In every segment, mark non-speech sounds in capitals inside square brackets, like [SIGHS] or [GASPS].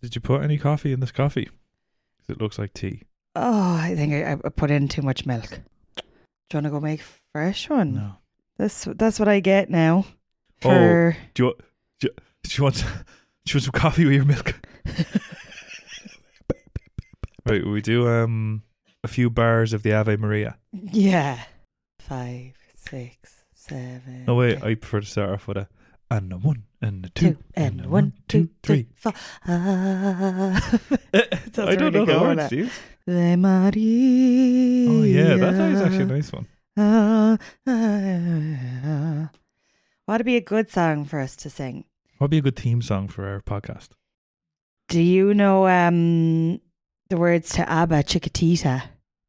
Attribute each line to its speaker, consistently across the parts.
Speaker 1: Did you put any coffee in this coffee? 'Cause it looks like tea.
Speaker 2: Oh, I think I, I put in too much milk. Do you want to go make fresh one? That's that's what I get now.
Speaker 1: Oh. [LAUGHS]
Speaker 2: For
Speaker 1: Do you, do you, do you want [LAUGHS] do you want some coffee with your milk? right, we do um a few bars of the Ave Maria.
Speaker 2: yeah, five, six, seven.
Speaker 1: No wait,
Speaker 2: eight,
Speaker 1: I prefer to start off with a and a one and a two,
Speaker 2: two and a one, two, three, four.
Speaker 1: [LAUGHS]
Speaker 2: Ah. [LAUGHS] That's
Speaker 1: I don't
Speaker 2: really
Speaker 1: know the
Speaker 2: going
Speaker 1: words,
Speaker 2: at-
Speaker 1: do you?
Speaker 2: Ave Maria.
Speaker 1: Oh yeah, that that is actually a nice one.
Speaker 2: Ah, ah, ah. What would be a good song for us to sing?
Speaker 1: What'd be a good theme song for our podcast?
Speaker 2: Do you know um the words to ABBA, Chiquitita?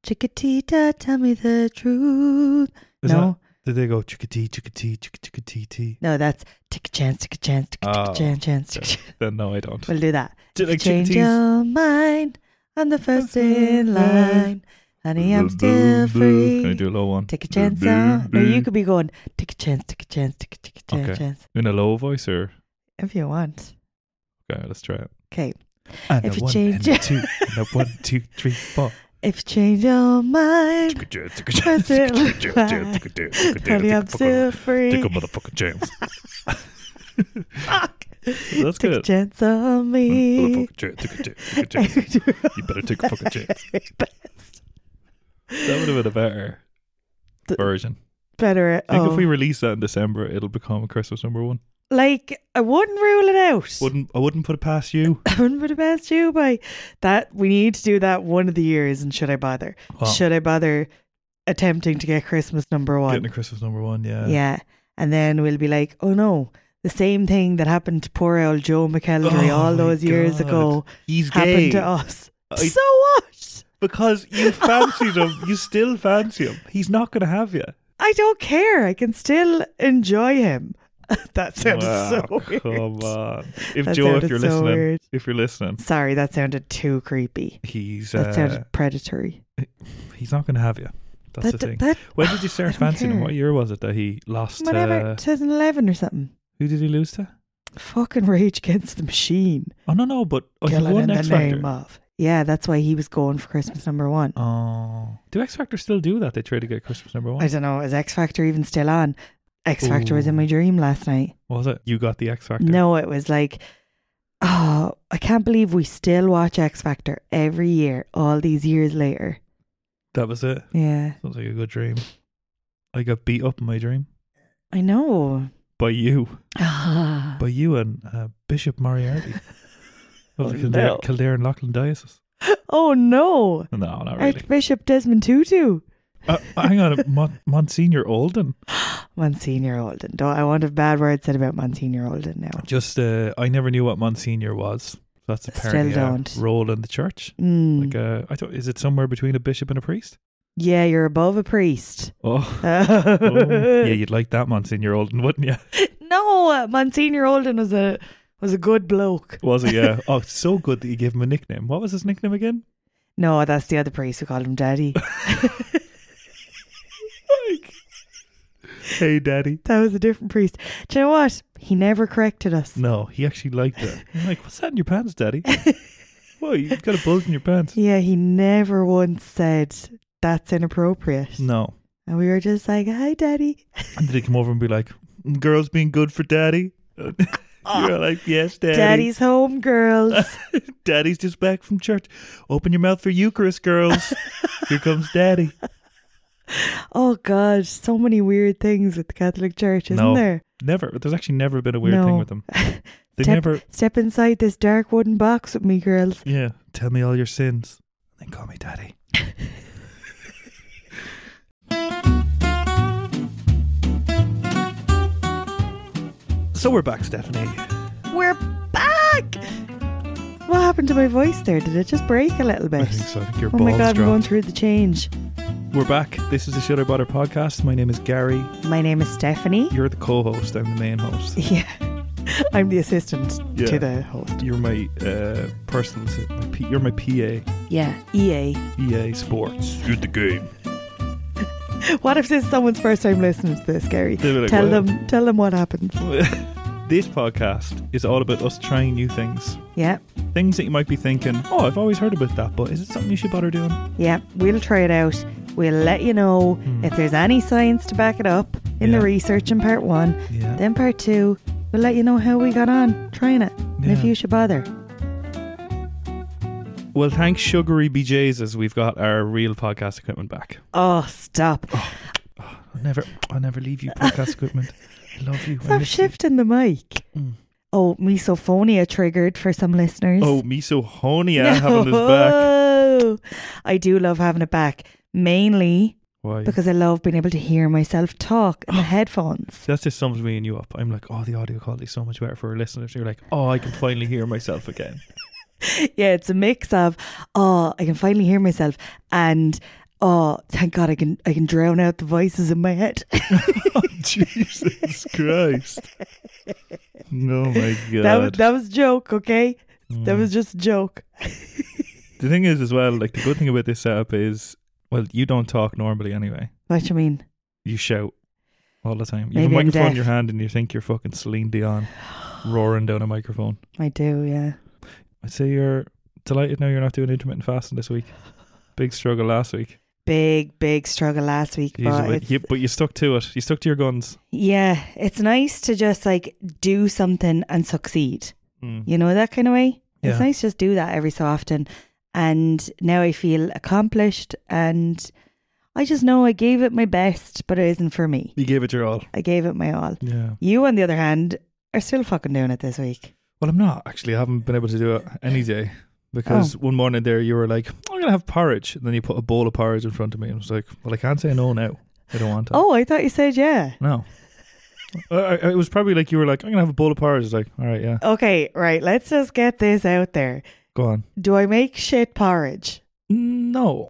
Speaker 2: Chiquitita, tell me the truth.
Speaker 1: Is
Speaker 2: no,
Speaker 1: that did they go chickadee chickadee chick chickadee tee?
Speaker 2: no, that's take a chance, take a chance, take a, take a
Speaker 1: Oh,
Speaker 2: chance, chance, take a
Speaker 1: okay.
Speaker 2: chance. [LAUGHS]
Speaker 1: Then no I don't.
Speaker 2: We'll do that.
Speaker 1: Do you
Speaker 2: If you
Speaker 1: like
Speaker 2: change
Speaker 1: chickadees?
Speaker 2: your mind. I'm the first in line. Honey, I'm still free.
Speaker 1: Can I do a low one?
Speaker 2: Take a chance now. No, you could be going, take a chance, take a chance, take a, take a chance,
Speaker 1: Okay.
Speaker 2: chance.
Speaker 1: in a low voice or
Speaker 2: If you want.
Speaker 1: okay, let's try it.
Speaker 2: Okay.
Speaker 1: And
Speaker 2: If
Speaker 1: a
Speaker 2: you
Speaker 1: one,
Speaker 2: change-
Speaker 1: and a two, and a one, two, three, four.
Speaker 2: [LAUGHS] If you change your mind,
Speaker 1: Take a chance, take a
Speaker 2: I'm
Speaker 1: chance, take
Speaker 2: still
Speaker 1: [LAUGHS] a chance,
Speaker 2: alive.
Speaker 1: take a chance,
Speaker 2: [LAUGHS]
Speaker 1: take a chance,
Speaker 2: Honey,
Speaker 1: take a
Speaker 2: I'm
Speaker 1: fucking-
Speaker 2: still free.
Speaker 1: Take a motherfucking chance.
Speaker 2: Fuck.
Speaker 1: That's
Speaker 2: Take a
Speaker 1: good.
Speaker 2: chance on me.
Speaker 1: Motherfucking chance, take a chance, take a chance. You better take a fucking
Speaker 2: [LAUGHS]
Speaker 1: chance. That would have been a better
Speaker 2: The-
Speaker 1: version.
Speaker 2: Better.
Speaker 1: I think
Speaker 2: oh.
Speaker 1: if we release that in December, it'll become a Christmas number one.
Speaker 2: like, I wouldn't rule it out.
Speaker 1: Wouldn't I? Wouldn't put it past you.
Speaker 2: [LAUGHS] I wouldn't put it past you by that. We need to do that one of the years. And should I bother?
Speaker 1: Well,
Speaker 2: Should I bother attempting to get Christmas number one?
Speaker 1: getting a Christmas number one. Yeah.
Speaker 2: Yeah. And then we'll be like, oh no, the same thing that happened to poor old Joe McElroy
Speaker 1: Oh
Speaker 2: all
Speaker 1: my
Speaker 2: those years
Speaker 1: God.
Speaker 2: ago
Speaker 1: He's
Speaker 2: happened
Speaker 1: gay.
Speaker 2: to us.
Speaker 1: I-
Speaker 2: so what?
Speaker 1: Because
Speaker 2: [LAUGHS]
Speaker 1: you fancied him, you still fancy him. He's not going to have you.
Speaker 2: I don't care. I can still enjoy him. [LAUGHS] that sounds so weird.
Speaker 1: [LAUGHS] Come on, if
Speaker 2: That
Speaker 1: Joe, if
Speaker 2: sounded
Speaker 1: you're
Speaker 2: so
Speaker 1: listening,
Speaker 2: weird.
Speaker 1: if you're listening,
Speaker 2: Sorry, that sounded too creepy.
Speaker 1: he's
Speaker 2: That
Speaker 1: uh,
Speaker 2: sounded predatory.
Speaker 1: he's not going to have you. That's
Speaker 2: that,
Speaker 1: the thing.
Speaker 2: that
Speaker 1: when did you start
Speaker 2: don't
Speaker 1: fancying him?
Speaker 2: care.
Speaker 1: What year was it that he lost?
Speaker 2: whatever,
Speaker 1: Uh,
Speaker 2: 2011 or something.
Speaker 1: who did he lose to?
Speaker 2: Fucking Rage Against the Machine.
Speaker 1: Oh no, no, but oh, he
Speaker 2: Killing
Speaker 1: won
Speaker 2: in
Speaker 1: X
Speaker 2: the name
Speaker 1: Factor.
Speaker 2: of. Yeah, that's why he was going for Christmas number one.
Speaker 1: Oh, do X Factor still do that? They try to get Christmas number one.
Speaker 2: I don't know. Is X Factor even still on? X Factor was in
Speaker 1: Ooh.
Speaker 2: my dream last night.
Speaker 1: was it? You got the X Factor.
Speaker 2: No, it was like, oh, I can't believe we still watch X Factor every year, all these years later.
Speaker 1: that was it.
Speaker 2: Yeah,
Speaker 1: Sounds like a good dream. I got beat up in my dream
Speaker 2: I
Speaker 1: [SIGHS]
Speaker 2: know.
Speaker 1: by you,
Speaker 2: Ah,
Speaker 1: by you and uh, Bishop
Speaker 2: [LAUGHS]
Speaker 1: Moriarty of
Speaker 2: Oh,
Speaker 1: the Kildare,
Speaker 2: no.
Speaker 1: Kildare and Loughlin Diocese.
Speaker 2: oh no,
Speaker 1: No, not really.
Speaker 2: Archbishop Desmond Tutu,
Speaker 1: uh, hang on, Mon- Monsignor Olden.
Speaker 2: Monsignor Olden. Don't I want a bad word said about Monsignor Olden now?
Speaker 1: Just, uh, I never knew what Monsignor was. That's
Speaker 2: Still
Speaker 1: apparently
Speaker 2: don't.
Speaker 1: a role in the church.
Speaker 2: Mm.
Speaker 1: Like, uh, I thought, is it somewhere between a bishop and a priest?
Speaker 2: yeah, you're above a priest.
Speaker 1: [LAUGHS] Oh, oh. yeah,
Speaker 2: no,
Speaker 1: you'd like that Monsignor Olden, wouldn't you?
Speaker 2: uh, Monsignor Olden was a was a good bloke.
Speaker 1: [LAUGHS] Was it? Yeah. [LAUGHS] Oh, it's so good that you gave him a nickname. What was his nickname again?
Speaker 2: No, that's the other priest who called
Speaker 1: [LAUGHS]
Speaker 2: him Daddy.
Speaker 1: Like, hey, daddy.
Speaker 2: That was a different priest. Do you know what? He never corrected us.
Speaker 1: No, he actually liked it. I'm like, what's that in your pants,
Speaker 2: [LAUGHS]
Speaker 1: daddy? Well, you've got a bulge in your pants.
Speaker 2: Yeah, he never once said that's inappropriate.
Speaker 1: No.
Speaker 2: And we were just like, "Hi, daddy."
Speaker 1: And then he come over and be like, girls being good for
Speaker 2: [LAUGHS]
Speaker 1: daddy? You're like, yes, daddy.
Speaker 2: Daddy's home, girls.
Speaker 1: [LAUGHS] Daddy's just back from church. Open your mouth for Eucharist,
Speaker 2: [LAUGHS]
Speaker 1: girls. Here comes Daddy.
Speaker 2: oh God, so many weird things with the Catholic Church, isn't
Speaker 1: No.
Speaker 2: there?
Speaker 1: Never. There's actually never been a weird thing
Speaker 2: No. [LAUGHS]
Speaker 1: with them. They
Speaker 2: Step-
Speaker 1: never.
Speaker 2: Step inside this dark wooden box with me, girls.
Speaker 1: Yeah. Tell me all your sins. Then call me
Speaker 2: [LAUGHS]
Speaker 1: Daddy. So we're back, Stephanie.
Speaker 2: We're back. What happened to my voice there? Did it just break a little
Speaker 1: I
Speaker 2: bit?
Speaker 1: think so. I think your
Speaker 2: Oh
Speaker 1: balls
Speaker 2: my God, I'm going
Speaker 1: dropped.
Speaker 2: through the change.
Speaker 1: We're back. This is the Shutter Butter podcast. My name is Gary.
Speaker 2: My name is Stephanie.
Speaker 1: You're the co-host. I'm the main host.
Speaker 2: [LAUGHS] Yeah. I'm the assistant
Speaker 1: Yeah.
Speaker 2: to the host.
Speaker 1: You're my uh, personal. assi- My P, you're my PA.
Speaker 2: Yeah. EA.
Speaker 1: EA Sports. You're the game.
Speaker 2: What if this is someone's first time listening to this, Gary?
Speaker 1: They'll be like,
Speaker 2: tell
Speaker 1: "What?"
Speaker 2: them tell them what happened.
Speaker 1: [LAUGHS] This podcast is all about us trying new things.
Speaker 2: Yeah.
Speaker 1: Things that you might be thinking, oh, I've always heard about that, but is it something you should bother doing?
Speaker 2: Yeah. We'll try it out. We'll let you know if there's any science to back it up in
Speaker 1: Hmm. Yeah.
Speaker 2: the research in part one.
Speaker 1: Yeah.
Speaker 2: Then part two, we'll let you know how we got on trying it and if
Speaker 1: Yeah.
Speaker 2: you should bother.
Speaker 1: Well, thanks, Sugary BJs, as we've got our real podcast equipment back.
Speaker 2: Oh, stop.
Speaker 1: I'll never, I'll never leave you, podcast equipment. I love you. I miss
Speaker 2: Stop
Speaker 1: you.
Speaker 2: shifting the mic.
Speaker 1: Mm.
Speaker 2: Oh, misophonia triggered for some listeners.
Speaker 1: Oh, misohonia
Speaker 2: [LAUGHS]
Speaker 1: having this back.
Speaker 2: No. I do love having it back, mainly
Speaker 1: Why?
Speaker 2: because I love being able to hear myself talk
Speaker 1: Oh.
Speaker 2: in the headphones.
Speaker 1: That just sums me and you up. I'm like, oh, the audio quality's so much better for our listeners. You're like, oh, I can finally hear myself again.
Speaker 2: Yeah, it's a mix of oh, I can finally hear myself, and oh, thank God I can I can drown out the voices in my head.
Speaker 1: oh, [LAUGHS] [LAUGHS] Jesus
Speaker 2: [LAUGHS]
Speaker 1: Christ. No, my God. Mm.
Speaker 2: that was that was a joke, okay? That was just a joke.
Speaker 1: the thing is, as well, like, the good thing about this setup is, well, you don't talk normally anyway.
Speaker 2: What do you mean?
Speaker 1: You shout all the time. You have a
Speaker 2: Maybe I'm
Speaker 1: microphone in
Speaker 2: deaf.
Speaker 1: your hand and you think you're fucking Celine Dion roaring down a microphone.
Speaker 2: I do, yeah.
Speaker 1: I'd say you're delighted now you're not doing intermittent fasting this week. Big struggle last week.
Speaker 2: Big big struggle last week,
Speaker 1: Jeez,
Speaker 2: but
Speaker 1: but,
Speaker 2: it's-
Speaker 1: you, but you stuck to it. You stuck to your guns.
Speaker 2: yeah, it's nice to just like do something and succeed.
Speaker 1: Mm.
Speaker 2: You know that kind of way.
Speaker 1: Yeah.
Speaker 2: It's nice to just do that every so often. And now I feel accomplished and I just know I gave it my best, but it isn't for me.
Speaker 1: You gave it your all.
Speaker 2: I gave it my all.
Speaker 1: Yeah.
Speaker 2: You on the other hand are still fucking doing it this week.
Speaker 1: Well, I'm not actually. I haven't been able to do it any day
Speaker 2: Oh.
Speaker 1: because one morning there you were like, "I'm gonna have porridge," and then you put a bowl of porridge in front of me, and I was like, "Well, I can't say no now. I don't want it."
Speaker 2: Oh, I thought you said yeah.
Speaker 1: no.
Speaker 2: [LAUGHS]
Speaker 1: I, I- it was probably like you were like, "I'm gonna have a bowl of porridge." I was like, "All right, yeah,
Speaker 2: Okay, right. Let's just get this out there.
Speaker 1: go on."
Speaker 2: Do I make shit porridge? [LAUGHS]
Speaker 1: No,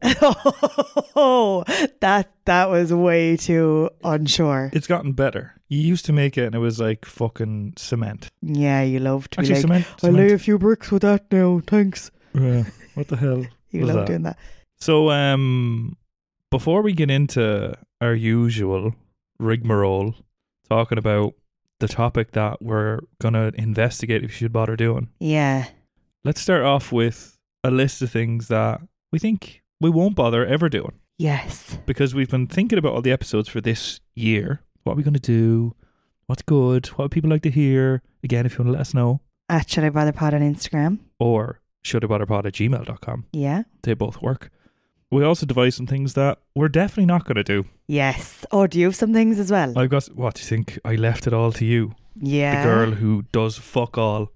Speaker 2: oh, that that was way too unsure.
Speaker 1: [LAUGHS] it's gotten better. You used to make it, and it was like fucking cement.
Speaker 2: Yeah, you love to be
Speaker 1: Actually,
Speaker 2: like,
Speaker 1: cement.
Speaker 2: I lay
Speaker 1: cement.
Speaker 2: a few bricks with that now. Thanks.
Speaker 1: Yeah. What the hell?
Speaker 2: You
Speaker 1: Was
Speaker 2: love
Speaker 1: that?
Speaker 2: doing that.
Speaker 1: So, um, before we get into our usual rigmarole, talking about the topic that we're gonna investigate if you should bother doing,
Speaker 2: Yeah.
Speaker 1: let's start off with a list of things that we think we won't bother ever doing
Speaker 2: Yes.
Speaker 1: because we've been thinking about all the episodes for this year. What are we gonna do? What's good? What would people like to hear? Again, if you want to let us know,
Speaker 2: At Uh, Should I Bother Pod on Instagram.
Speaker 1: or shouldabotherpod at gmail.com.
Speaker 2: Yeah.
Speaker 1: They both work. We also devised some things that we're definitely not going to do.
Speaker 2: Yes. Oh, do you have some things as well?
Speaker 1: I've got. What do you think? I left it all to you,
Speaker 2: yeah.
Speaker 1: the girl who does fuck
Speaker 2: [LAUGHS]
Speaker 1: all.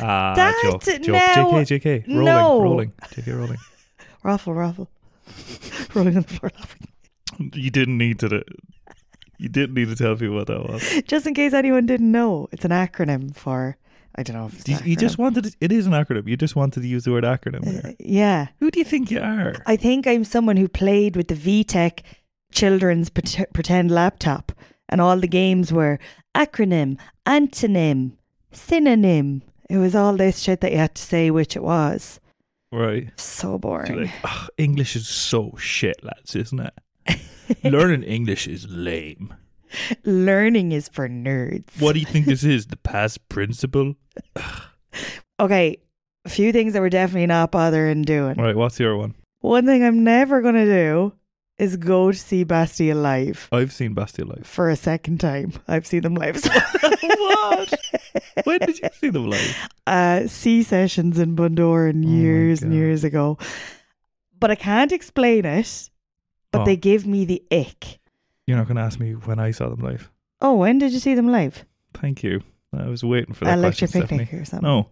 Speaker 1: Ah,
Speaker 2: That-
Speaker 1: joke, joke.
Speaker 2: no.
Speaker 1: JK, JK, rolling,
Speaker 2: No.
Speaker 1: rolling, JK, rolling.
Speaker 2: Raffle, raffle. [LAUGHS] Rolling on the floor laughing.
Speaker 1: [LAUGHS] You didn't need to. You didn't need to tell people what that was.
Speaker 2: Just in case anyone didn't know, it's an acronym for, I don't know if it's
Speaker 1: You,
Speaker 2: an
Speaker 1: you just
Speaker 2: acronym. Uh,
Speaker 1: wanted. to- It is an acronym. You just wanted to use the word acronym. There.
Speaker 2: Yeah.
Speaker 1: Who do you think you are?
Speaker 2: I think I'm someone who played with the VTech children's pret- pretend laptop, and all the games were acronym, antonym, synonym. It was all this shit that you had to say which it was.
Speaker 1: Right.
Speaker 2: So
Speaker 1: You're
Speaker 2: boring.
Speaker 1: like, "Ugh, English is so shit, lads, isn't it?
Speaker 2: [LAUGHS]
Speaker 1: Learning English is lame.
Speaker 2: Learning is for nerds.
Speaker 1: What do you think this is? The past
Speaker 2: [LAUGHS]
Speaker 1: principle?
Speaker 2: Okay, a few things that we're definitely not bothering doing.
Speaker 1: Right. What's your one?
Speaker 2: One thing I'm never going to do is go to see Bastille live
Speaker 1: I've seen Bastille
Speaker 2: [LAUGHS]
Speaker 1: live.
Speaker 2: for a second time. I've seen
Speaker 1: [LAUGHS]
Speaker 2: them live. [LAUGHS]
Speaker 1: what? When did you see them live?
Speaker 2: uh, C sessions in Bundoran
Speaker 1: Oh my
Speaker 2: years and
Speaker 1: God.
Speaker 2: years ago. But I can't explain it, [LAUGHS] but
Speaker 1: Oh.
Speaker 2: they give me the ick.
Speaker 1: You're not going to ask me when I saw them live.
Speaker 2: Oh, when did you see them live?
Speaker 1: Thank you. I was waiting for that
Speaker 2: At
Speaker 1: question,
Speaker 2: Lecture
Speaker 1: Stephanie.
Speaker 2: Picnic or something.
Speaker 1: No.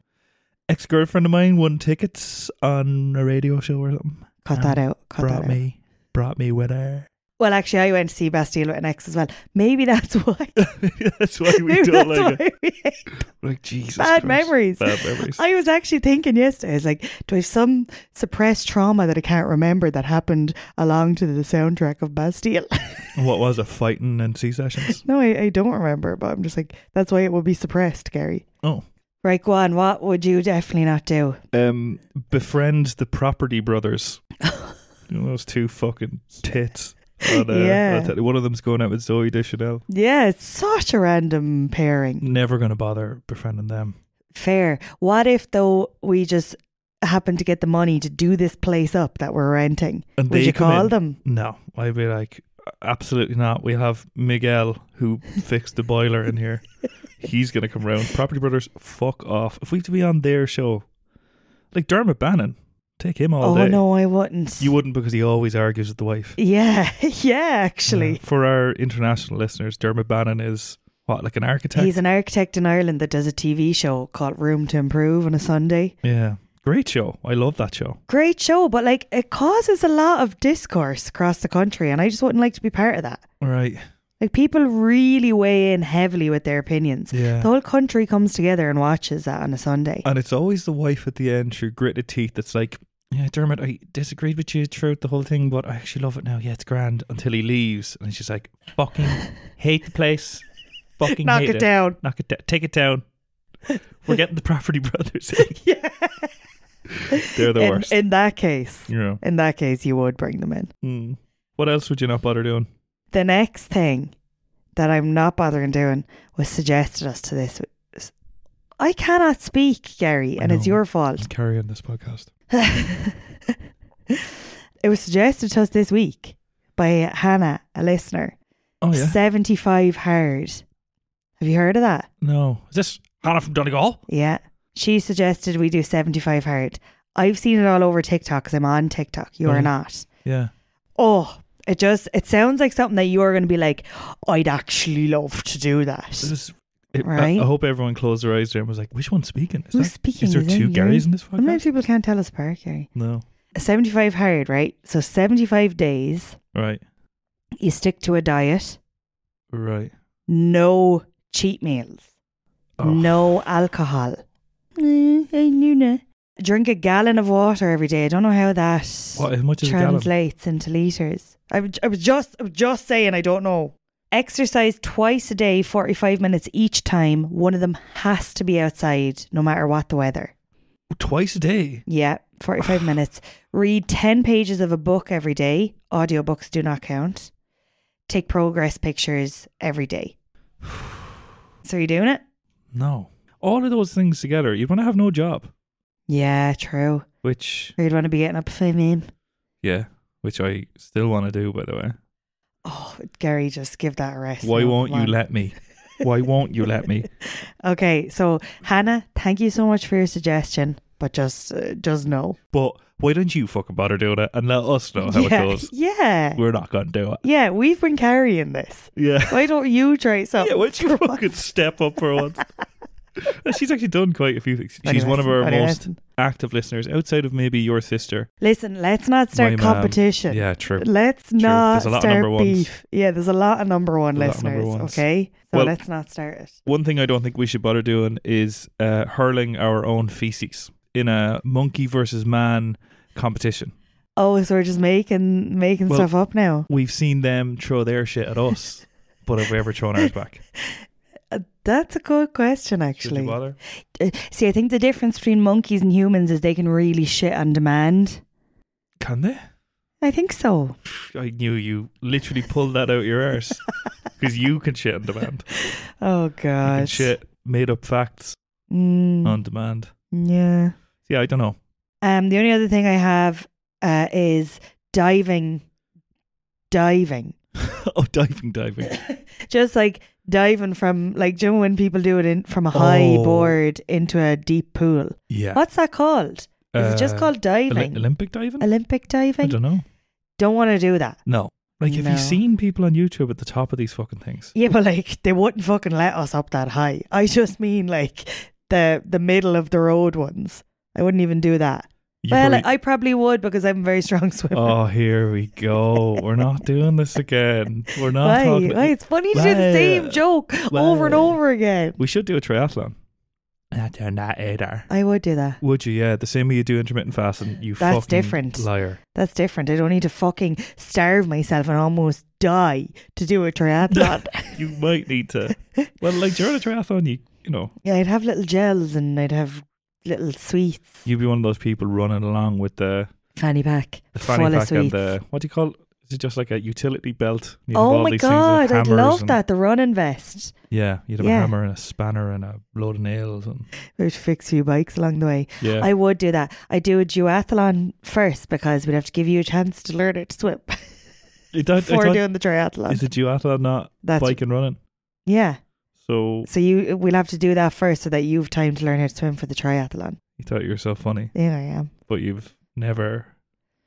Speaker 1: Ex girlfriend of mine won tickets on a radio show or something.
Speaker 2: Cut
Speaker 1: Um,
Speaker 2: that out. Cut that
Speaker 1: brought
Speaker 2: out.
Speaker 1: me, brought me with her. [LAUGHS]
Speaker 2: Well, actually, I went to see Bastille with an ex as well. Maybe
Speaker 1: [LAUGHS]
Speaker 2: that's why.
Speaker 1: Maybe that's
Speaker 2: [LAUGHS]
Speaker 1: why we
Speaker 2: Maybe
Speaker 1: don't like
Speaker 2: that's
Speaker 1: it.
Speaker 2: why we
Speaker 1: Like Jesus,
Speaker 2: bad
Speaker 1: Christ.
Speaker 2: memories.
Speaker 1: Bad memories.
Speaker 2: [LAUGHS] I was actually thinking yesterday, I was like, do I have some suppressed trauma that I can't remember that happened along to the soundtrack of Bastille? [LAUGHS]
Speaker 1: And what was it? Fighting and C sessions.
Speaker 2: no, I, I don't remember, but I'm just like, that's why it would be suppressed, Gary.
Speaker 1: Oh,
Speaker 2: Right, go on. What would you definitely not do?
Speaker 1: um,
Speaker 2: [LAUGHS]
Speaker 1: befriend the property brothers. You know those two fucking tits. on, uh,
Speaker 2: Yeah.
Speaker 1: on telly. One of them's going out with Zoe Deschanel.
Speaker 2: Yeah, it's such a random pairing.
Speaker 1: Never going to bother befriending them.
Speaker 2: Fair. What if though we just happen to get the money to do this place up that we're renting?
Speaker 1: And
Speaker 2: Would
Speaker 1: they
Speaker 2: you
Speaker 1: come
Speaker 2: call
Speaker 1: in.
Speaker 2: them?
Speaker 1: No, I'd be like, absolutely not. We'll have Miguel who fixed the boiler in
Speaker 2: [LAUGHS]
Speaker 1: here. He's gonna come round. Property Brothers, fuck off. If we have to be on their show, like Dermot Bannon, take him all
Speaker 2: oh
Speaker 1: day.
Speaker 2: no, I wouldn't.
Speaker 1: You wouldn't because he always argues with the wife.
Speaker 2: [LAUGHS] yeah, [LAUGHS] yeah.
Speaker 1: Yeah.
Speaker 2: Actually,
Speaker 1: for our international listeners, Dermot Bannon is what, like an architect?
Speaker 2: he's an architect in Ireland that does a TV show called Room to Improve on a Sunday.
Speaker 1: yeah, great show. I love that show.
Speaker 2: Great show, but like it causes a lot of discourse across the country, and I just wouldn't like to be part of that.
Speaker 1: All right,
Speaker 2: Like people really weigh in heavily with their opinions.
Speaker 1: Yeah.
Speaker 2: The whole country comes together and watches that on a Sunday.
Speaker 1: and it's always the wife at the end, through gritted teeth, that's like. Yeah, Dermot, I disagreed with you throughout the whole thing, but I actually love it now. Yeah, it's grand until he leaves. And she's like, fucking hate the place. Fucking
Speaker 2: Knock
Speaker 1: hate
Speaker 2: it down.
Speaker 1: Knock it down. Take it down. We're getting the property [LAUGHS] brothers in.
Speaker 2: [LAUGHS] Yeah.
Speaker 1: They're the
Speaker 2: in,
Speaker 1: worst.
Speaker 2: in that case,
Speaker 1: yeah.
Speaker 2: in that case, you would bring them in.
Speaker 1: Mm. What else would you not bother doing?
Speaker 2: The next thing that I'm not bothering doing was suggested us to this. I cannot speak, Gary, and it's
Speaker 1: know.
Speaker 2: your fault.
Speaker 1: Carry on this podcast.
Speaker 2: It was suggested to us this week by Hannah, a listener.
Speaker 1: Oh, yeah.
Speaker 2: 75 hard. Have you heard of that?
Speaker 1: No. Is this Hannah from Donegal?
Speaker 2: Yeah. She suggested we do 75 hard. I've seen it all over TikTok because I'm on TikTok. You are
Speaker 1: Right.
Speaker 2: not.
Speaker 1: Yeah.
Speaker 2: Oh, it just, it sounds like something that you're going to be like, I'd actually love to do that.
Speaker 1: This is, it, I-
Speaker 2: Right.
Speaker 1: I, hope everyone closed their eyes there and was like, which one's speaking? Is,
Speaker 2: Who's
Speaker 1: that-
Speaker 2: speaking?
Speaker 1: is there
Speaker 2: Is that
Speaker 1: two
Speaker 2: you?
Speaker 1: Garys in this
Speaker 2: How many
Speaker 1: podcast?
Speaker 2: people can't tell us apart, Gary?
Speaker 1: No.
Speaker 2: 75 hard, right? So 75 days,
Speaker 1: Right.
Speaker 2: you stick to a diet,
Speaker 1: Right.
Speaker 2: no cheat meals,
Speaker 1: Oh. Eh,
Speaker 2: no alcohol. Drink a gallon of water every day. I don't know how that
Speaker 1: What, how much is a gallon?
Speaker 2: translates into litres. I, was- I was just I was just saying I don't know. Exercise twice a day, 45 minutes each time. One of them has to be outside no matter what the weather.
Speaker 1: Twice a day.
Speaker 2: Yeah,
Speaker 1: [SIGHS]
Speaker 2: 45 minutes. Read 10 pages of a book every day. Audiobooks do not count. Take progress pictures
Speaker 1: [SIGHS]
Speaker 2: every day. So you doing it?
Speaker 1: No. All of those things together, you'd want to have no job,
Speaker 2: Yeah, true.
Speaker 1: which,
Speaker 2: Or you'd want to be getting up at 5 a.m.
Speaker 1: yeah, which I still want to do, by the way.
Speaker 2: Oh, Gary, just give that a rest.
Speaker 1: Why
Speaker 2: No,
Speaker 1: won't
Speaker 2: come
Speaker 1: you
Speaker 2: on.
Speaker 1: let me? Why won't you let
Speaker 2: [LAUGHS]
Speaker 1: me?
Speaker 2: Okay, so Hannah, thank you so much for your suggestion, but just uh, just no.
Speaker 1: But why don't you fucking bother doing it and let us know how
Speaker 2: yeah,
Speaker 1: it goes?
Speaker 2: yeah,
Speaker 1: We're not going to do it.
Speaker 2: yeah. We've been carrying this.
Speaker 1: Yeah.
Speaker 2: Why don't you try
Speaker 1: Yeah,
Speaker 2: something?
Speaker 1: why don't you fucking step up for once? [LAUGHS] She's actually done quite a few things.
Speaker 2: What do
Speaker 1: She's
Speaker 2: you
Speaker 1: one of
Speaker 2: reckon?
Speaker 1: our
Speaker 2: What do you
Speaker 1: most
Speaker 2: reckon?
Speaker 1: active listeners outside of maybe your sister.
Speaker 2: Listen, let's not
Speaker 1: My
Speaker 2: start
Speaker 1: mom.
Speaker 2: competition.
Speaker 1: Yeah, true.
Speaker 2: Let's
Speaker 1: There's
Speaker 2: not
Speaker 1: a lot of
Speaker 2: start
Speaker 1: number ones.
Speaker 2: beef. Yeah, there's a lot of number one
Speaker 1: There's a lot of
Speaker 2: listeners.
Speaker 1: number ones.
Speaker 2: Okay, so
Speaker 1: Well-
Speaker 2: let's not start it.
Speaker 1: One thing I don't think we should bother doing is uh, hurling our own feces in a monkey versus man competition.
Speaker 2: Oh, so we're just making making
Speaker 1: Well-
Speaker 2: stuff up now.
Speaker 1: We've seen them throw their shit at [LAUGHS] us, but have we ever thrown ours back?
Speaker 2: Uh, That's a good question,
Speaker 1: Should we
Speaker 2: actually.
Speaker 1: bother?
Speaker 2: Uh, See, I think the difference between monkeys and humans is they can really shit on demand.
Speaker 1: Can they?
Speaker 2: I think so.
Speaker 1: I knew you literally pulled that out of your
Speaker 2: [LAUGHS]
Speaker 1: arse because you can shit on demand.
Speaker 2: Oh
Speaker 1: You
Speaker 2: god.
Speaker 1: can shit Oh. made up facts
Speaker 2: Mm,
Speaker 1: on demand.
Speaker 2: yeah.
Speaker 1: Yeah, I don't know.
Speaker 2: Um. The only other thing I have uh, is diving. Diving,
Speaker 1: [LAUGHS] oh, diving, diving.
Speaker 2: just like diving from like, do you know when people do it in from a high
Speaker 1: Oh.
Speaker 2: board into a deep pool?
Speaker 1: [LAUGHS] Yeah.
Speaker 2: What's that called? Is it just
Speaker 1: Uh,
Speaker 2: called diving?
Speaker 1: Oli- Olympic diving?
Speaker 2: Olympic
Speaker 1: I
Speaker 2: diving? Don't,
Speaker 1: don't know.
Speaker 2: want to do that.
Speaker 1: No. Like, have
Speaker 2: No.
Speaker 1: you seen people on YouTube at the top of these fucking things?
Speaker 2: Yeah, but like they wouldn't fucking let us up that high. I just mean like the the middle of the road ones. I wouldn't even do that.
Speaker 1: You
Speaker 2: well,
Speaker 1: probably-
Speaker 2: I [LAUGHS] probably would because I'm a very strong swimmer. [LAUGHS]
Speaker 1: oh, here we go. We're not doing this again. We're not
Speaker 2: Why?
Speaker 1: talking.
Speaker 2: Why? It's funny to do
Speaker 1: Why?
Speaker 2: the same joke over and
Speaker 1: Why?
Speaker 2: over again.
Speaker 1: We should do a triathlon. Not doing that either.
Speaker 2: I would do that.
Speaker 1: Would you? Yeah, the same way you do intermittent fasting. You
Speaker 2: That's
Speaker 1: fucking
Speaker 2: different. [LAUGHS]
Speaker 1: liar.
Speaker 2: That's different. I don't need to fucking starve myself and almost die to do a triathlon.
Speaker 1: You might need to. [LAUGHS] Well, like during a triathlon, you you know
Speaker 2: yeah, I'd have little gels and I'd have little sweets,
Speaker 1: you'd be one of those people running along with the
Speaker 2: fanny pack,
Speaker 1: the fanny
Speaker 2: full
Speaker 1: pack
Speaker 2: of
Speaker 1: and
Speaker 2: sweets.
Speaker 1: the what do you call? Is it just like a utility belt? You'd have
Speaker 2: oh
Speaker 1: all
Speaker 2: my
Speaker 1: these things with
Speaker 2: god, I'd
Speaker 1: hammers
Speaker 2: love
Speaker 1: and-
Speaker 2: that. The running vest.
Speaker 1: Yeah, you'd have
Speaker 2: Yeah.
Speaker 1: a hammer and a spanner and a load of nails and
Speaker 2: We would fix a few bikes along the way.
Speaker 1: yeah.
Speaker 2: I would do that. I do a duathlon first because we'd have to give you a chance to learn it to swim
Speaker 1: It- I- I
Speaker 2: [LAUGHS] before
Speaker 1: thought-
Speaker 2: doing the triathlon.
Speaker 1: is it duathlon not
Speaker 2: That's
Speaker 1: bike and running?
Speaker 2: yeah.
Speaker 1: So
Speaker 2: So you we'll have to do that first so that you've time to learn how to swim for the triathlon.
Speaker 1: you thought you were so funny,
Speaker 2: Yeah, I am. [LAUGHS]
Speaker 1: but you've never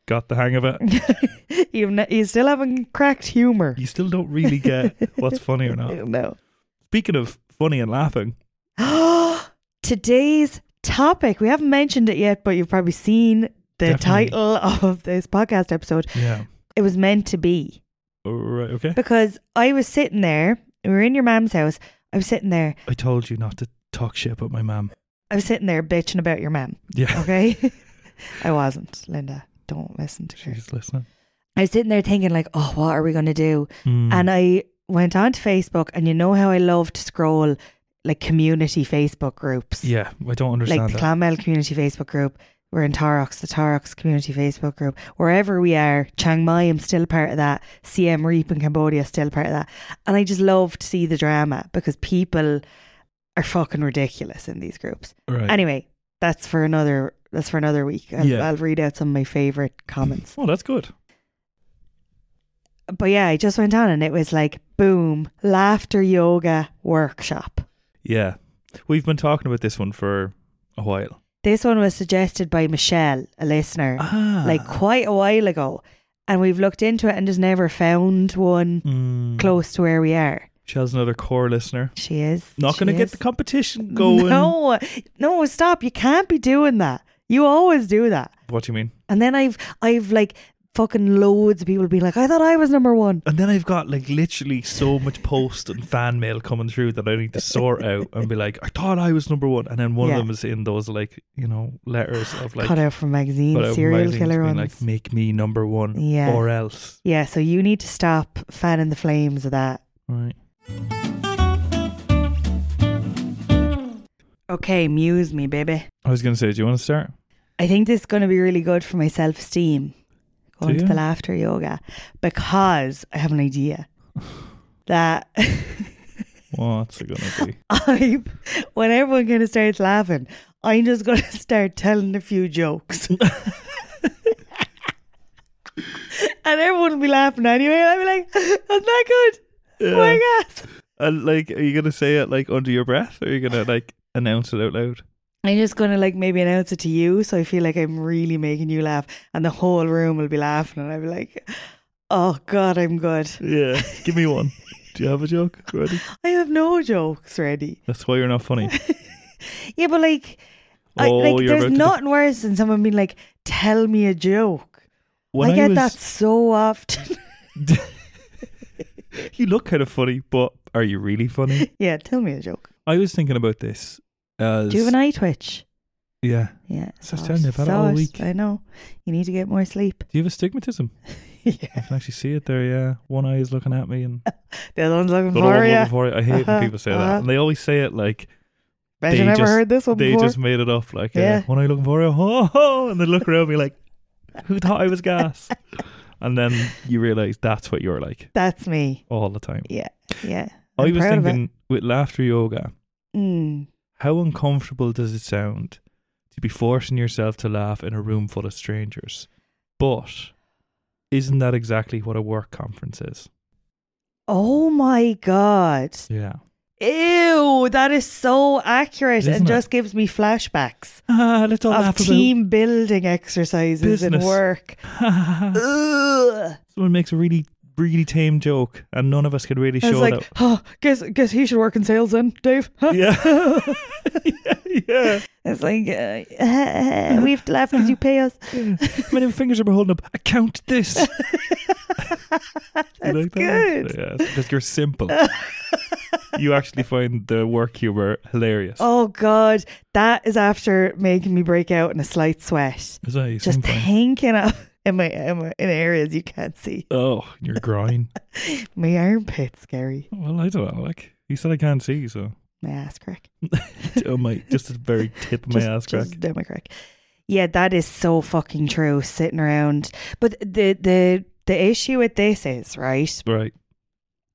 Speaker 1: got the hang of it.
Speaker 2: You've n you still haven't cracked humor.
Speaker 1: You still don't really
Speaker 2: [LAUGHS]
Speaker 1: get what's funny or not.
Speaker 2: No. [GASPS]
Speaker 1: Speaking of funny and laughing,
Speaker 2: Today's topic. We haven't mentioned it yet, but you've probably seen the
Speaker 1: Definitely.
Speaker 2: title [LAUGHS] of this podcast episode.
Speaker 1: yeah.
Speaker 2: It was meant to be.
Speaker 1: All Oh, right, okay.
Speaker 2: Because I was sitting there, we were in your mam's house. I was sitting there,
Speaker 1: I told you not to talk shit about my mum.
Speaker 2: I was sitting there bitching about your mam,
Speaker 1: Yeah.
Speaker 2: okay? [LAUGHS] I wasn't, Linda. Don't listen to her.
Speaker 1: She's listening.
Speaker 2: I was sitting there thinking, like, oh, what are we going to do?
Speaker 1: Mm.
Speaker 2: And uh, I went on to Facebook, and you know how I love to scroll like community Facebook groups,
Speaker 1: yeah, I don't understand
Speaker 2: like the
Speaker 1: that.
Speaker 2: Clonmel community Facebook group. We're in Torox, the Torox community Facebook group. Wherever we are, Chiang Mai, I'm still part of that. CM Reap in Cambodia, still part of that. And I just love to see the drama because people are fucking ridiculous in these groups.
Speaker 1: right.
Speaker 2: Anyway, that's for another. That's for another week. I'll,
Speaker 1: Yeah.
Speaker 2: I'll read out some of my favorite comments
Speaker 1: oh, that's good.
Speaker 2: but yeah, I just went on and it was like boom, laughter yoga workshop.
Speaker 1: Yeah. We've been talking about this one for a while.
Speaker 2: This one was suggested by Michelle, a listener,
Speaker 1: Ah.
Speaker 2: like quite a while ago. And we've looked into it and just never found one
Speaker 1: Mm.
Speaker 2: close to where we are.
Speaker 1: Michelle's another core listener.
Speaker 2: She is.
Speaker 1: Not
Speaker 2: she
Speaker 1: going to get
Speaker 2: is.
Speaker 1: the competition going.
Speaker 2: No, no, stop. You can't be doing that. You always do that.
Speaker 1: What do you mean?
Speaker 2: And then I've, I've like fucking loads of people being like, I thought I was number one.
Speaker 1: And then I've got like literally so much post and fan mail coming through that I need to
Speaker 2: [LAUGHS]
Speaker 1: sort out and be like, I thought I was number one. And then one
Speaker 2: Yeah.
Speaker 1: of them is in those like, you know, letters of like,
Speaker 2: Cut out from magazine,
Speaker 1: cut out
Speaker 2: serial
Speaker 1: magazines
Speaker 2: killer
Speaker 1: being
Speaker 2: ones.
Speaker 1: like, make me number one
Speaker 2: Yeah.
Speaker 1: or else.
Speaker 2: yeah, so you need to stop fanning the flames of that.
Speaker 1: Right.
Speaker 2: Okay, muse me, baby.
Speaker 1: I was going to say, do you want to start?
Speaker 2: I think this is going to be really good for my self esteem going
Speaker 1: Do
Speaker 2: to the
Speaker 1: you?
Speaker 2: laughter yoga because I have an
Speaker 1: [LAUGHS]
Speaker 2: idea that
Speaker 1: What's it going
Speaker 2: [LAUGHS]
Speaker 1: to be?
Speaker 2: I, when everyone kind of starts laughing, I'm just going to [LAUGHS] start telling a
Speaker 1: [LAUGHS]
Speaker 2: few jokes. and everyone will be laughing anyway. And I'll be like, that's not good. Oh
Speaker 1: Yeah.
Speaker 2: my God.
Speaker 1: And like, are you gonna say it like under your breath, or are you gonna like announce it out loud?
Speaker 2: I'm just going to like maybe announce it to you. So I feel like I'm really making you laugh. And the whole room will be laughing. And I'll be like, oh God, I'm good.
Speaker 1: Yeah, [LAUGHS] give me one. Do you have a joke ready?
Speaker 2: I have no jokes ready.
Speaker 1: [LAUGHS] That's why you're not
Speaker 2: [LAUGHS]
Speaker 1: funny.
Speaker 2: Yeah, but like, I,
Speaker 1: Oh,
Speaker 2: like
Speaker 1: you're
Speaker 2: there's
Speaker 1: about to-
Speaker 2: nothing worse than someone being like, "Tell me a joke."
Speaker 1: When
Speaker 2: I get
Speaker 1: was,
Speaker 2: that so often. [LAUGHS]
Speaker 1: [LAUGHS] You look kind of funny, but are you really
Speaker 2: [LAUGHS]
Speaker 1: funny?
Speaker 2: yeah, tell me a joke.
Speaker 1: I was thinking about this. As,
Speaker 2: Do you have an eye twitch?
Speaker 1: Yeah.
Speaker 2: Yeah,
Speaker 1: So I was
Speaker 2: soft,
Speaker 1: telling you, I've had it all
Speaker 2: soft.
Speaker 1: week.
Speaker 2: I know. You need to get more sleep. [LAUGHS]
Speaker 1: [LAUGHS] Do you have astigmatism? I
Speaker 2: yeah,
Speaker 1: can actually see it there. Yeah, one eye is looking at me, and
Speaker 2: the other one's looking
Speaker 1: the other one
Speaker 2: for you.
Speaker 1: looking for it. I hate
Speaker 2: Uh-huh,
Speaker 1: when people say
Speaker 2: uh-huh.
Speaker 1: that, and they always say it like
Speaker 2: Bet you
Speaker 1: they
Speaker 2: never
Speaker 1: just-
Speaker 2: heard this one
Speaker 1: they
Speaker 2: before.
Speaker 1: just made it up. Like,
Speaker 2: Yeah.
Speaker 1: yeah. one eye looking for [LAUGHS] you, oh, oh, and they look around me like, who thought I was
Speaker 2: [LAUGHS]
Speaker 1: gas? and then you realize that's what you're like.
Speaker 2: That's me.
Speaker 1: all the time.
Speaker 2: Yeah, yeah.
Speaker 1: i
Speaker 2: I'm
Speaker 1: was
Speaker 2: proud of it.
Speaker 1: thinking with laughter yoga,
Speaker 2: Mm.
Speaker 1: how uncomfortable does it sound to be forcing yourself to laugh in a room full of strangers? But isn't that exactly what a work conference is?
Speaker 2: Oh my god!
Speaker 1: Yeah.
Speaker 2: Ew, that is so accurate,
Speaker 1: Isn't
Speaker 2: and
Speaker 1: it?
Speaker 2: just gives me flashbacks.
Speaker 1: [LAUGHS] Ah, let's all
Speaker 2: of
Speaker 1: laugh
Speaker 2: team building exercises in
Speaker 1: Business.
Speaker 2: work.
Speaker 1: about.
Speaker 2: Ugh.
Speaker 1: [LAUGHS] Someone makes a really, really tame joke, and none of us could really
Speaker 2: I was
Speaker 1: show it
Speaker 2: like,
Speaker 1: out.
Speaker 2: oh, guess guess he should work in sales then, Dave. Huh?
Speaker 1: Yeah. [LAUGHS] yeah, yeah.
Speaker 2: [LAUGHS] It's like uh, [LAUGHS] we have to laugh because you pay [LAUGHS] us.
Speaker 1: How many fingers are we holding up? I count this. You
Speaker 2: That's
Speaker 1: like that?
Speaker 2: good.
Speaker 1: Yeah, because you're simple.
Speaker 2: [LAUGHS]
Speaker 1: you actually find the work humor hilarious.
Speaker 2: Oh God, that is after making me break out in a slight sweat.
Speaker 1: Is that you seem
Speaker 2: Just
Speaker 1: fine.
Speaker 2: thinking of in my, in my in areas you can't see
Speaker 1: Oh, your groin.
Speaker 2: my armpit, scary,
Speaker 1: well, I don't know. Like you said, I can't see, so
Speaker 2: my ass [LAUGHS] crack.
Speaker 1: oh my,
Speaker 2: [LAUGHS]
Speaker 1: just the very tip of my
Speaker 2: Just-
Speaker 1: ass crack.
Speaker 2: just down my crack. Yeah, that is so fucking true. Sitting around, but the the The issue with this is, right?
Speaker 1: Right.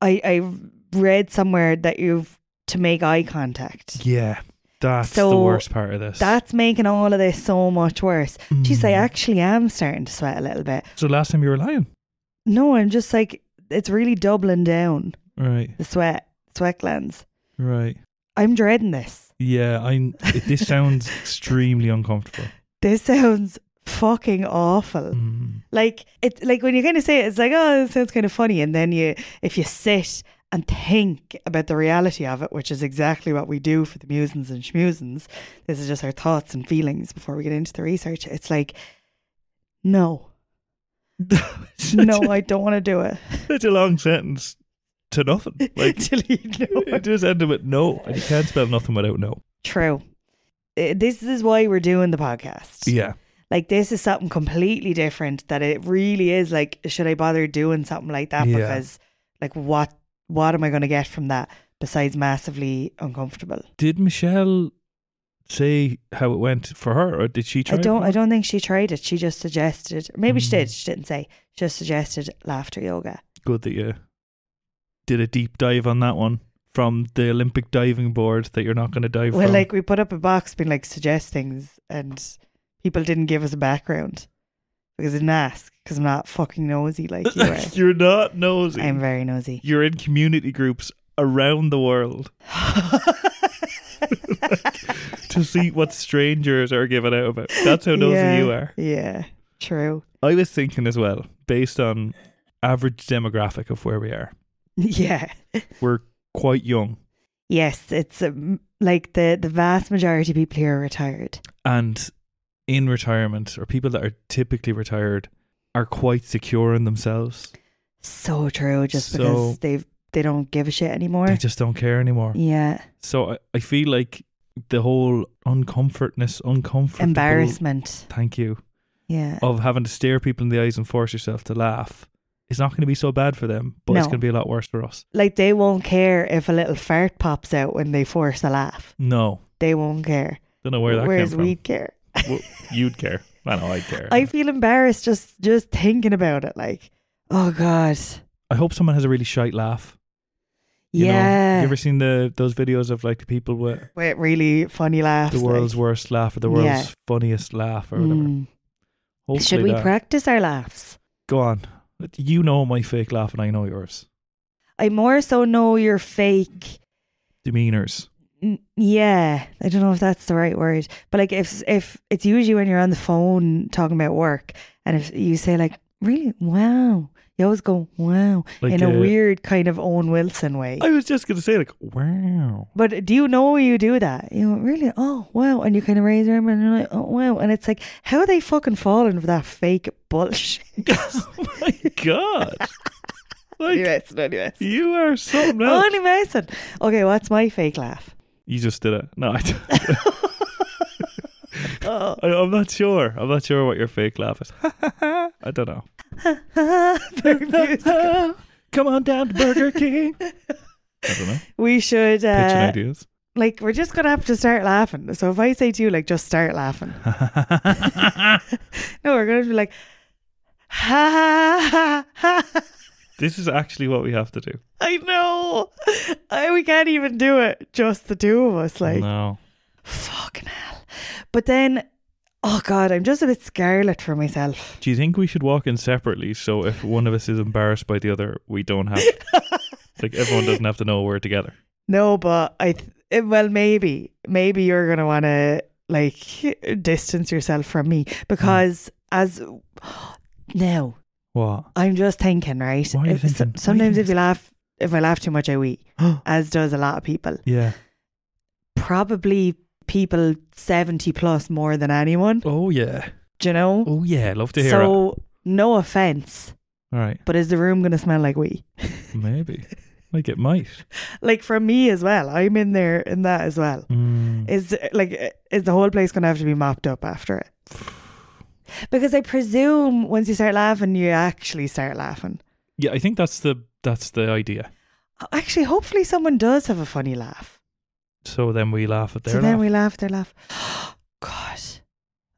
Speaker 2: I, I read somewhere that you've to make eye contact.
Speaker 1: Yeah. That's the
Speaker 2: So,
Speaker 1: worst part of this.
Speaker 2: That's making all of this so much worse. She's like, I
Speaker 1: Mm.
Speaker 2: actually am starting to sweat a little bit.
Speaker 1: So last time you were lying.
Speaker 2: No, I'm just like, it's really doubling down
Speaker 1: Right.
Speaker 2: the sweat, sweat glands.
Speaker 1: Right.
Speaker 2: I'm dreading this.
Speaker 1: Yeah, I'm it- this
Speaker 2: [LAUGHS]
Speaker 1: sounds extremely uncomfortable.
Speaker 2: This [LAUGHS] sounds fucking awful.
Speaker 1: Mm.
Speaker 2: Like it, like when you kind of say it, it's like, oh, it sounds kind of funny, and then you, if you sit and think about the reality of it, which is exactly what we do for the musings and schmusins. This is just our thoughts and feelings before we get into the research. It's like, no, no, I don't want to do it.
Speaker 1: Such a long sentence to
Speaker 2: [LAUGHS]
Speaker 1: nothing. Like
Speaker 2: Till you
Speaker 1: [LAUGHS]
Speaker 2: know
Speaker 1: it just ended with no. And you can't spell nothing without no.
Speaker 2: True. Uh, This is why we're doing the podcast.
Speaker 1: Yeah.
Speaker 2: Like this is something completely different that it really is like should I bother doing something like that
Speaker 1: Yeah.
Speaker 2: because like what what am I going to get from that besides massively uncomfortable?
Speaker 1: Did Michelle say how it went for her or did she try?
Speaker 2: I
Speaker 1: it
Speaker 2: don't
Speaker 1: for
Speaker 2: I
Speaker 1: her?
Speaker 2: don't think she tried it. She just suggested or maybe she
Speaker 1: Mm.
Speaker 2: did, she didn't say. She just suggested laughter yoga.
Speaker 1: good that you did a deep dive on that one from the Olympic diving board that you're not gonna dive
Speaker 2: Well
Speaker 1: from.
Speaker 2: like we put up a box being like suggest things and people didn't give us a background because they didn't ask because I'm not fucking nosy like
Speaker 1: [LAUGHS]
Speaker 2: you are.
Speaker 1: [LAUGHS] you're not nosy.
Speaker 2: I'm very nosy.
Speaker 1: [LAUGHS]
Speaker 2: [LAUGHS]
Speaker 1: you're in community groups around the world [LAUGHS] to see what strangers are giving out about. That's how nosy
Speaker 2: Yeah.
Speaker 1: you are.
Speaker 2: yeah, true. [LAUGHS]
Speaker 1: I was thinking as well, based on average demographic of where we are,
Speaker 2: Yeah.
Speaker 1: we're quite young
Speaker 2: Yes, it's um, like the, the vast majority of people here are retired.
Speaker 1: and in retirement, or people that are typically retired are quite secure in themselves.
Speaker 2: So true, just
Speaker 1: So-
Speaker 2: because they've they don't give a shit anymore.
Speaker 1: They just don't care anymore.
Speaker 2: yeah,
Speaker 1: So I, I feel like the whole uncomfortness, uncomfortable
Speaker 2: embarrassment.
Speaker 1: Thank you.
Speaker 2: Yeah,
Speaker 1: of having to stare people in the eyes and force yourself to laugh is not going to be so bad for them, but it's
Speaker 2: No.
Speaker 1: going to be a lot worse for us.
Speaker 2: like they won't care if a little fart pops out when they force a laugh.
Speaker 1: No,
Speaker 2: They won't care.
Speaker 1: don't know where that
Speaker 2: Whereas
Speaker 1: came from.
Speaker 2: we care.
Speaker 1: Well, You'd care. I know I'd care.
Speaker 2: [LAUGHS] I feel embarrassed just just thinking about it. Like, oh god,
Speaker 1: I hope someone has a really shite laugh. You
Speaker 2: yeah.
Speaker 1: Know? You ever seen the those videos of like the people with
Speaker 2: with really funny laughs.
Speaker 1: the world's
Speaker 2: like,
Speaker 1: worst laugh or the world's
Speaker 2: Yeah.
Speaker 1: funniest laugh or whatever?
Speaker 2: mm.
Speaker 1: Hopefully
Speaker 2: Should we
Speaker 1: that-
Speaker 2: practice our laughs?
Speaker 1: Go on. You know my fake laugh and I know yours.
Speaker 2: I more so know your fake.
Speaker 1: Demeanors.
Speaker 2: N- Yeah, I don't know if that's the right word, but like if if it's usually when you're on the phone talking about work, and if you say like really wow, you always go wow
Speaker 1: Like
Speaker 2: in a
Speaker 1: uh,
Speaker 2: weird kind of Owen Wilson way.
Speaker 1: I was just gonna say like wow.
Speaker 2: [LAUGHS] but do you know you do that? You know, really? Oh, wow. And you kind of raise your arm and you're like, oh, wow. And it's like, how are they fucking falling for that fake
Speaker 1: [LAUGHS]
Speaker 2: bullshit? [LAUGHS]
Speaker 1: oh my god. Like, [LAUGHS]
Speaker 2: anyways, anyways.
Speaker 1: You are something else.
Speaker 2: Only Mason. Okay, what's my fake laugh?
Speaker 1: You just did it. No, I,
Speaker 2: Oh.
Speaker 1: [LAUGHS] I, am not sure. I'm not sure what your fake laugh
Speaker 2: [LAUGHS]
Speaker 1: is. I don't know.
Speaker 2: Very musical.
Speaker 1: [LAUGHS] Come on down to Burger
Speaker 2: [LAUGHS]
Speaker 1: King. I don't know. Pitching
Speaker 2: we should, uh,
Speaker 1: ideas.
Speaker 2: like, we're just going to have to start laughing. So if I say to you, like, just start laughing. [LAUGHS] No, we're going to be like, ha, ha, ha, ha.
Speaker 1: this is actually what we have to do.
Speaker 2: I know. I, we can't even do it. Just the two of us. Like,
Speaker 1: no.
Speaker 2: fucking hell. But then, oh God, I'm just a bit scarlet for myself. [LAUGHS]
Speaker 1: Do you think we should walk in separately so if one of us is embarrassed by the other, we don't have like everyone doesn't have to know we're together.
Speaker 2: No, but I th- eh, well maybe maybe you're gonna want to like distance yourself from me
Speaker 1: Mm.
Speaker 2: because as now [GASPS]
Speaker 1: What?
Speaker 2: I'm just thinking, right?
Speaker 1: Why are you
Speaker 2: If- so-
Speaker 1: thinking? Why are you
Speaker 2: sometimes if
Speaker 1: thinking?
Speaker 2: you laugh, if I laugh too much, I wee, as does a lot of people.
Speaker 1: yeah.
Speaker 2: Probably people seventy plus more than anyone.
Speaker 1: Oh yeah.
Speaker 2: Do you know?
Speaker 1: Oh yeah. Love to hear it. All
Speaker 2: So no offense,
Speaker 1: right.
Speaker 2: but is the room gonna smell like wee?
Speaker 1: Maybe. Like it might.
Speaker 2: Like from me as well. I'm in there in that as well.
Speaker 1: Mm.
Speaker 2: Is like is the whole place going to have to be mopped up after it? Because I presume once you start laughing, you actually start laughing.
Speaker 1: Yeah, I think that's the that's the idea.
Speaker 2: Actually, hopefully someone does have a funny laugh.
Speaker 1: So then we laugh at their
Speaker 2: so then
Speaker 1: laugh.
Speaker 2: we laugh, they laugh. [GASPS] God,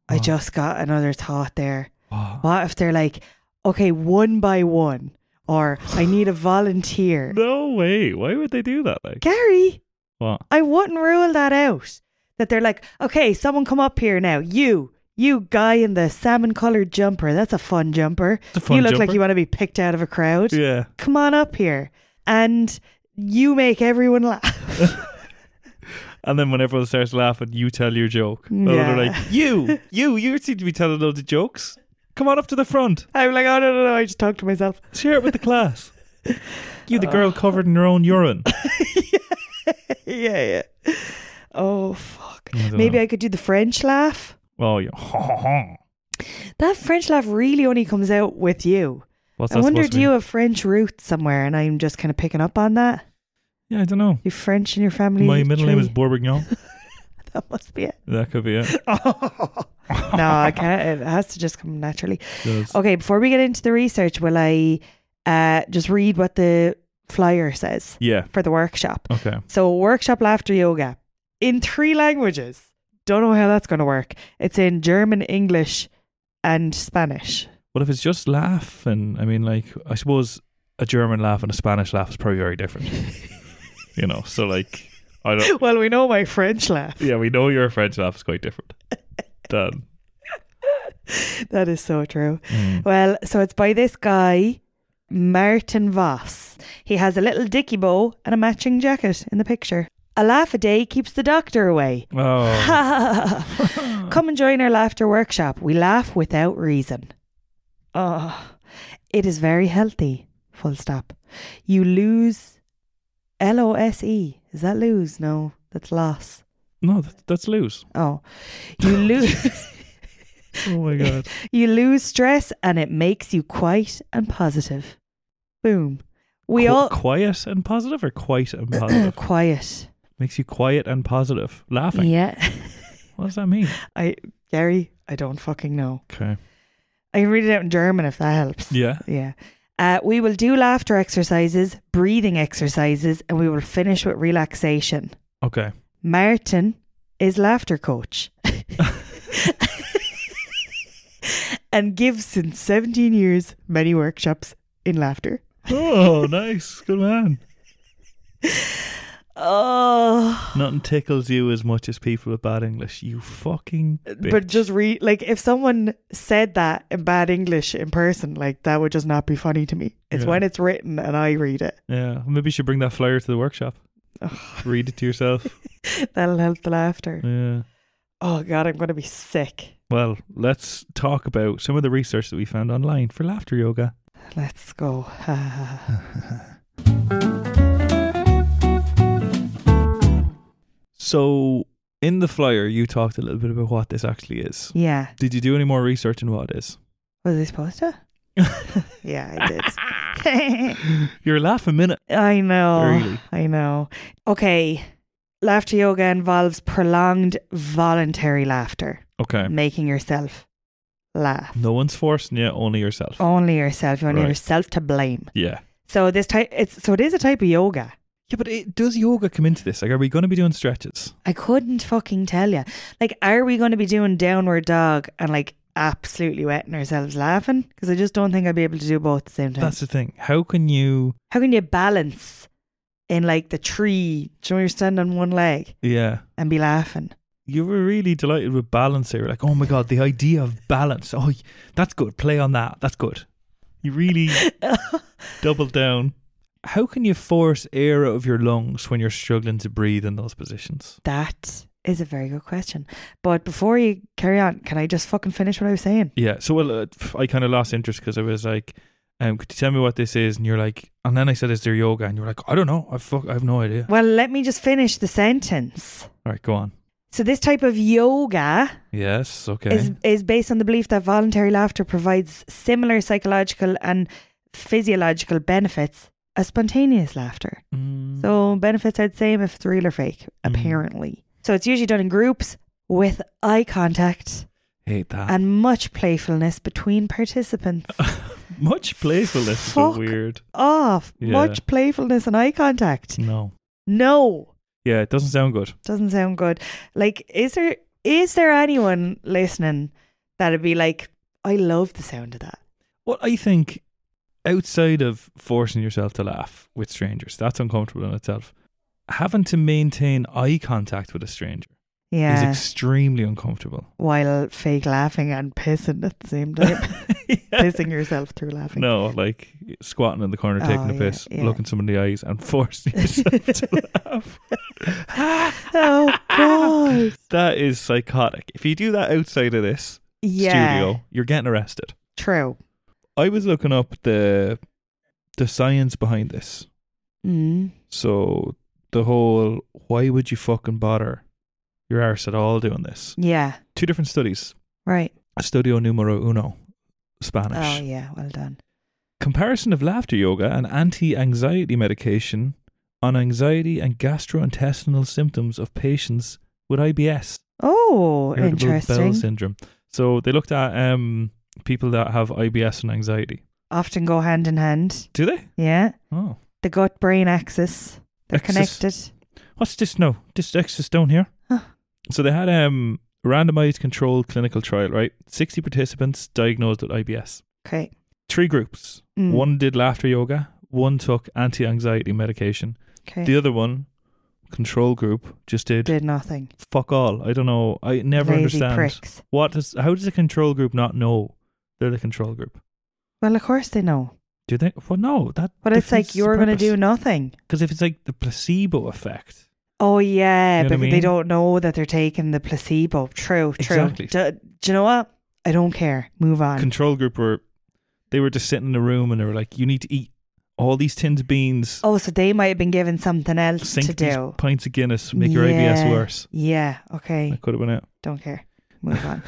Speaker 2: I
Speaker 1: What?
Speaker 2: just got another thought there.
Speaker 1: Wow.
Speaker 2: What if they're like, okay, one by one, or I need a volunteer.
Speaker 1: No way. Why would they do that? Like,
Speaker 2: Gary,
Speaker 1: what?
Speaker 2: I wouldn't rule that out. That they're like, okay, someone come up here now. You, you guy in the salmon coloured jumper. That's a fun jumper.
Speaker 1: It's a fun
Speaker 2: you look like
Speaker 1: jumper.
Speaker 2: you want to be picked out of a crowd.
Speaker 1: Yeah.
Speaker 2: Come on up here. And you make everyone laugh. [LAUGHS]
Speaker 1: And then when everyone starts laughing, you tell your joke. And
Speaker 2: Yeah.
Speaker 1: they're like,
Speaker 2: [LAUGHS]
Speaker 1: you, you, you seem to be telling loads of jokes. Come on up to the front.
Speaker 2: I'm like, oh, no, no, no. I just talked to myself. [LAUGHS]
Speaker 1: Share it with the class. You, the girl covered in her own
Speaker 2: [LAUGHS]
Speaker 1: urine.
Speaker 2: yeah, yeah. Oh, fuck.
Speaker 1: I don't
Speaker 2: Maybe
Speaker 1: know.
Speaker 2: I could do the French laugh.
Speaker 1: Oh, yeah. [LAUGHS]
Speaker 2: That French laugh really only comes out with you.
Speaker 1: What's
Speaker 2: I
Speaker 1: that
Speaker 2: wonder,
Speaker 1: supposed to
Speaker 2: do you
Speaker 1: mean?
Speaker 2: have French roots somewhere? And I'm just kind of picking up on that.
Speaker 1: Yeah, I don't know.
Speaker 2: You French in your family?
Speaker 1: My middle name
Speaker 2: tree?
Speaker 1: is Bourguignon.
Speaker 2: [LAUGHS] That must be it.
Speaker 1: That could be it.
Speaker 2: [LAUGHS]
Speaker 1: [LAUGHS]
Speaker 2: no, I can't. Oh. It has to just come naturally.
Speaker 1: Yes.
Speaker 2: Okay, before we get into the research, will I uh, just read what the flyer says
Speaker 1: Yeah.
Speaker 2: for the workshop?
Speaker 1: Okay.
Speaker 2: So, workshop laughter yoga in three languages. Don't know how that's going to work. It's in German, English, and Spanish. [LAUGHS]
Speaker 1: Well, if it's just laughing, I mean, like, I suppose a German laugh and a Spanish laugh is probably very
Speaker 2: [LAUGHS]
Speaker 1: different. you know, so like, I don't.
Speaker 2: Well, we know my French laugh.
Speaker 1: Yeah, we know your French laugh is quite
Speaker 2: [LAUGHS]
Speaker 1: different. Done.
Speaker 2: That is so true.
Speaker 1: Mm.
Speaker 2: Well, so it's by this guy, Martin Voss. He has a little dicky bow and a matching jacket in the picture. A laugh a day keeps the doctor away.
Speaker 1: Oh,
Speaker 2: [LAUGHS] Come and join our laughter workshop. We laugh without reason. Oh, it is very healthy. Full stop. You lose L O S E. Is that lose? No, that's loss.
Speaker 1: no, that, that's loose.
Speaker 2: Oh,
Speaker 1: [LAUGHS]
Speaker 2: you lose.
Speaker 1: Oh my god.
Speaker 2: You lose stress and it makes you quiet and positive. Boom. [LAUGHS] We
Speaker 1: Qu-
Speaker 2: all
Speaker 1: quiet and positive, or quiet and
Speaker 2: [COUGHS]
Speaker 1: positive
Speaker 2: quiet.
Speaker 1: makes you quiet and positive. Laughing.
Speaker 2: Yeah. [LAUGHS]
Speaker 1: What does that mean?
Speaker 2: I Gary, I don't fucking know.
Speaker 1: Okay.
Speaker 2: I can read it out in German if that helps.
Speaker 1: Yeah.
Speaker 2: Yeah. Uh, we will do laughter exercises, breathing exercises, and we will finish with relaxation.
Speaker 1: Okay.
Speaker 2: Martin is laughter coach [LAUGHS] and gives since 17 years many workshops in laughter.
Speaker 1: Oh, nice. Good man.
Speaker 2: Oh.
Speaker 1: Nothing tickles you as much as people with bad English. You fucking. Bitch.
Speaker 2: Uh, But just re like if someone said that in bad English in person, like that would just not be funny to me. It's
Speaker 1: Yeah.
Speaker 2: when it's written and I read it.
Speaker 1: Yeah, maybe you should bring that flyer to the workshop. Read it to yourself.
Speaker 2: [LAUGHS] That'll help the laughter.
Speaker 1: yeah.
Speaker 2: Oh god, I'm gonna be sick.
Speaker 1: Well, let's talk about some of the research that we found online for laughter yoga.
Speaker 2: Let's go. [LAUGHS]
Speaker 1: So, in the flyer, you talked a little bit about what this actually is.
Speaker 2: yeah.
Speaker 1: Did you do any more research on what it is?
Speaker 2: Was I
Speaker 1: [LAUGHS]
Speaker 2: supposed to? yeah, I
Speaker 1: You're laughing minute.
Speaker 2: did. [LAUGHS] I know.
Speaker 1: Really?
Speaker 2: I know. Okay. Laughter yoga involves prolonged voluntary laughter,
Speaker 1: Okay.
Speaker 2: making yourself laugh.
Speaker 1: No one's forcing you, only yourself.
Speaker 2: Only yourself. You only
Speaker 1: Right.
Speaker 2: yourself to blame.
Speaker 1: Yeah.
Speaker 2: So this type, it's so it is a type of yoga.
Speaker 1: Yeah, but it, does yoga come into this? Like, are we going to be doing stretches?
Speaker 2: I couldn't fucking tell you. Like, are we going to be doing downward dog and like absolutely wetting ourselves laughing? Because I just don't think I'd be able to do both at the same time.
Speaker 1: That's the thing. How can you.
Speaker 2: How can you balance in like the tree? Do you know you're standing on one leg
Speaker 1: Yeah.
Speaker 2: and be laughing?
Speaker 1: you were really delighted with balance here. Like, oh my god, the idea of balance. Oh, that's good. Play on that. That's good. You really doubled down. How can you force air out of your lungs when you're struggling to breathe in those positions?
Speaker 2: That is a very good question. But before you carry on, can I just fucking finish what I was saying?
Speaker 1: Yeah. So, well, uh, pff, I kind of lost interest because I was like, um, could you tell me what this is? And you're like, and then I said, is there yoga? And you're like, I don't know. I fuck, I have no idea.
Speaker 2: Well, let me just finish the sentence.
Speaker 1: All right, go on.
Speaker 2: So this type of yoga
Speaker 1: Yes. Okay.
Speaker 2: is is based on the belief that voluntary laughter provides similar psychological and physiological benefits as spontaneous laughter.
Speaker 1: Mm,
Speaker 2: So benefits are the same if it's real or fake,
Speaker 1: Mm-hmm.
Speaker 2: apparently. So it's usually done in groups with eye contact
Speaker 1: hate that.
Speaker 2: and much playfulness between participants.
Speaker 1: Much playfulness is so
Speaker 2: Fuck.
Speaker 1: weird.
Speaker 2: Off.
Speaker 1: Yeah.
Speaker 2: Much playfulness and eye contact.
Speaker 1: No.
Speaker 2: No.
Speaker 1: Yeah, it doesn't sound good.
Speaker 2: Doesn't sound good. Like, is there is there anyone listening that'd be like, I love the sound of that?
Speaker 1: Well, I think outside of forcing yourself to laugh with strangers, that's uncomfortable in itself. Having to maintain eye contact with a stranger is
Speaker 2: Yeah.
Speaker 1: extremely [LAUGHS] uncomfortable.
Speaker 2: While fake laughing and pissing at the
Speaker 1: [LAUGHS]
Speaker 2: same time. pissing yourself through laughing.
Speaker 1: No, like squatting in the corner, taking
Speaker 2: Oh,
Speaker 1: a
Speaker 2: yeah,
Speaker 1: piss,
Speaker 2: yeah.
Speaker 1: looking someone in the eyes, and [LAUGHS] forcing yourself
Speaker 2: [LAUGHS]
Speaker 1: to laugh. [LAUGHS]
Speaker 2: Oh god.
Speaker 1: That is psychotic. If you do that outside of this
Speaker 2: Yeah.
Speaker 1: studio, you're getting arrested.
Speaker 2: True.
Speaker 1: I was looking up the the science behind this.
Speaker 2: Mm.
Speaker 1: So the whole why would you fucking bother your arse at all doing this?
Speaker 2: Yeah.
Speaker 1: Two different studies.
Speaker 2: Right.
Speaker 1: Studio numero uno, Spanish.
Speaker 2: Oh yeah. Well done.
Speaker 1: Comparison of laughter yoga and anti anxiety medication on anxiety and gastrointestinal symptoms of patients with IBS,
Speaker 2: Oh,
Speaker 1: irritable bowel
Speaker 2: interesting.
Speaker 1: syndrome. So they looked at um, people that have IBS and anxiety.
Speaker 2: Often go hand in hand.
Speaker 1: Do they?
Speaker 2: Yeah.
Speaker 1: Oh.
Speaker 2: The gut brain axis. They're
Speaker 1: Axis.
Speaker 2: connected.
Speaker 1: What's this now? This extra stone here?
Speaker 2: Huh.
Speaker 1: So they had um randomized controlled clinical trial, right? 60 participants diagnosed with IBS.
Speaker 2: Okay.
Speaker 1: Three groups.
Speaker 2: Mm.
Speaker 1: One did laughter yoga, one took anti anxiety medication,
Speaker 2: Okay.
Speaker 1: the other one, control group, just did
Speaker 2: Did nothing.
Speaker 1: fuck all. I don't know. I never
Speaker 2: Lazy
Speaker 1: understand.
Speaker 2: pricks.
Speaker 1: What does how does a control group not know they're the control group?
Speaker 2: Well, of course they know.
Speaker 1: Do they? Well, no. That
Speaker 2: But it's like you're going to do nothing.
Speaker 1: because if it's like the placebo effect,
Speaker 2: Oh
Speaker 1: You know
Speaker 2: yeah,
Speaker 1: what I
Speaker 2: but they
Speaker 1: mean?
Speaker 2: don't know that they're taking the placebo. True, true.
Speaker 1: Exactly.
Speaker 2: Do, do you know what? I don't care. Move on.
Speaker 1: control group were they were just sitting in a room and they were like, you need to eat all these tins of beans,
Speaker 2: oh, so they might have been given something else
Speaker 1: sink
Speaker 2: to
Speaker 1: these
Speaker 2: do.
Speaker 1: pints of Guinness, make your
Speaker 2: Yeah.
Speaker 1: IBS worse.
Speaker 2: Yeah. Okay.
Speaker 1: That could have been it.
Speaker 2: don't care. Move
Speaker 1: [LAUGHS]
Speaker 2: on.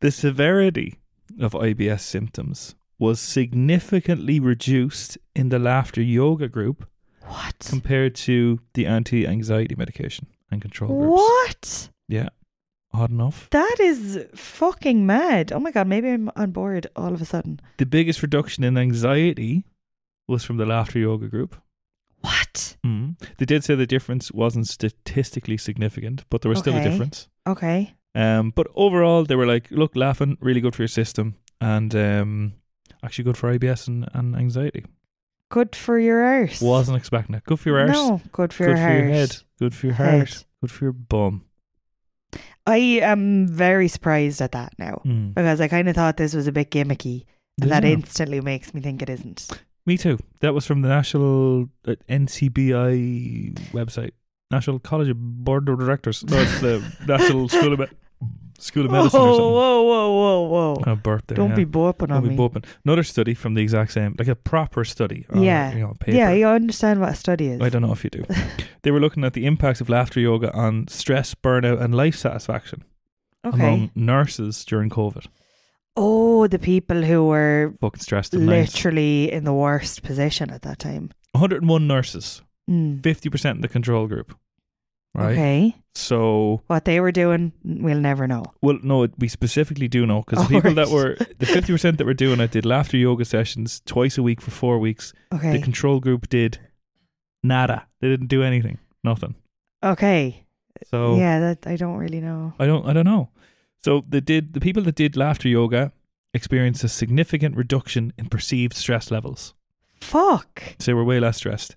Speaker 1: The severity of IBS symptoms was significantly reduced in the laughter yoga group
Speaker 2: what?
Speaker 1: compared to the anti-anxiety medication and control groups.
Speaker 2: What?
Speaker 1: Yeah. Odd enough.
Speaker 2: That is fucking mad. Oh my god. Maybe I'm on board all of a sudden.
Speaker 1: The biggest reduction in anxiety was from the laughter yoga group.
Speaker 2: What?
Speaker 1: Mm. They did say the difference wasn't statistically significant, but there was still a
Speaker 2: Okay.
Speaker 1: difference.
Speaker 2: Okay.
Speaker 1: Um, but overall, they were like, look, laughing, really good for your system and um, actually good for IBS and, and anxiety.
Speaker 2: Good for your arse.
Speaker 1: Wasn't expecting it. Good for your arse.
Speaker 2: No. Good for
Speaker 1: good
Speaker 2: your
Speaker 1: for
Speaker 2: arse.
Speaker 1: your head. Good for your
Speaker 2: Head.
Speaker 1: heart. Good for your bum.
Speaker 2: I am very surprised at that now
Speaker 1: Mm.
Speaker 2: because I kind of thought this was a bit gimmicky. And that
Speaker 1: Yeah.
Speaker 2: instantly makes me think it isn't.
Speaker 1: Me too. That was from the National uh, NCBI website, National College of Board of Directors. No, it's
Speaker 2: [LAUGHS]
Speaker 1: the National School of Me- School of
Speaker 2: Whoa,
Speaker 1: Medicine or something.
Speaker 2: Oh, whoa, whoa, whoa, whoa.
Speaker 1: A birthday.
Speaker 2: Don't
Speaker 1: yeah.
Speaker 2: be bopping
Speaker 1: Don't
Speaker 2: on
Speaker 1: be
Speaker 2: me.
Speaker 1: bopping. Another study from the exact same, like a proper study. On,
Speaker 2: Yeah.
Speaker 1: You know, paper.
Speaker 2: Yeah, you understand what a study is.
Speaker 1: I don't know if you
Speaker 2: [LAUGHS]
Speaker 1: do. they were looking at the impacts of laughter yoga on stress, burnout, and life satisfaction
Speaker 2: Okay.
Speaker 1: among nurses during COVID.
Speaker 2: Oh, the people who were
Speaker 1: Fucking stressed. and nice.
Speaker 2: literally in the worst position at that time.
Speaker 1: 101 nurses,
Speaker 2: Mm.
Speaker 1: 50% in the control group. Right.
Speaker 2: Okay.
Speaker 1: So
Speaker 2: What they were doing, we'll never know.
Speaker 1: Well, no, we specifically do know because
Speaker 2: Oh,
Speaker 1: the people that
Speaker 2: right.
Speaker 1: were the fifty percent that were doing it did laughter yoga sessions twice a week for four weeks.
Speaker 2: Okay.
Speaker 1: The control group did nada; they didn't do anything, nothing.
Speaker 2: okay.
Speaker 1: So
Speaker 2: Yeah, that I don't really know.
Speaker 1: I don't, I don't know. So they did the people that did laughter yoga experienced a significant reduction in perceived stress levels.
Speaker 2: Fuck.
Speaker 1: So they were way less stressed.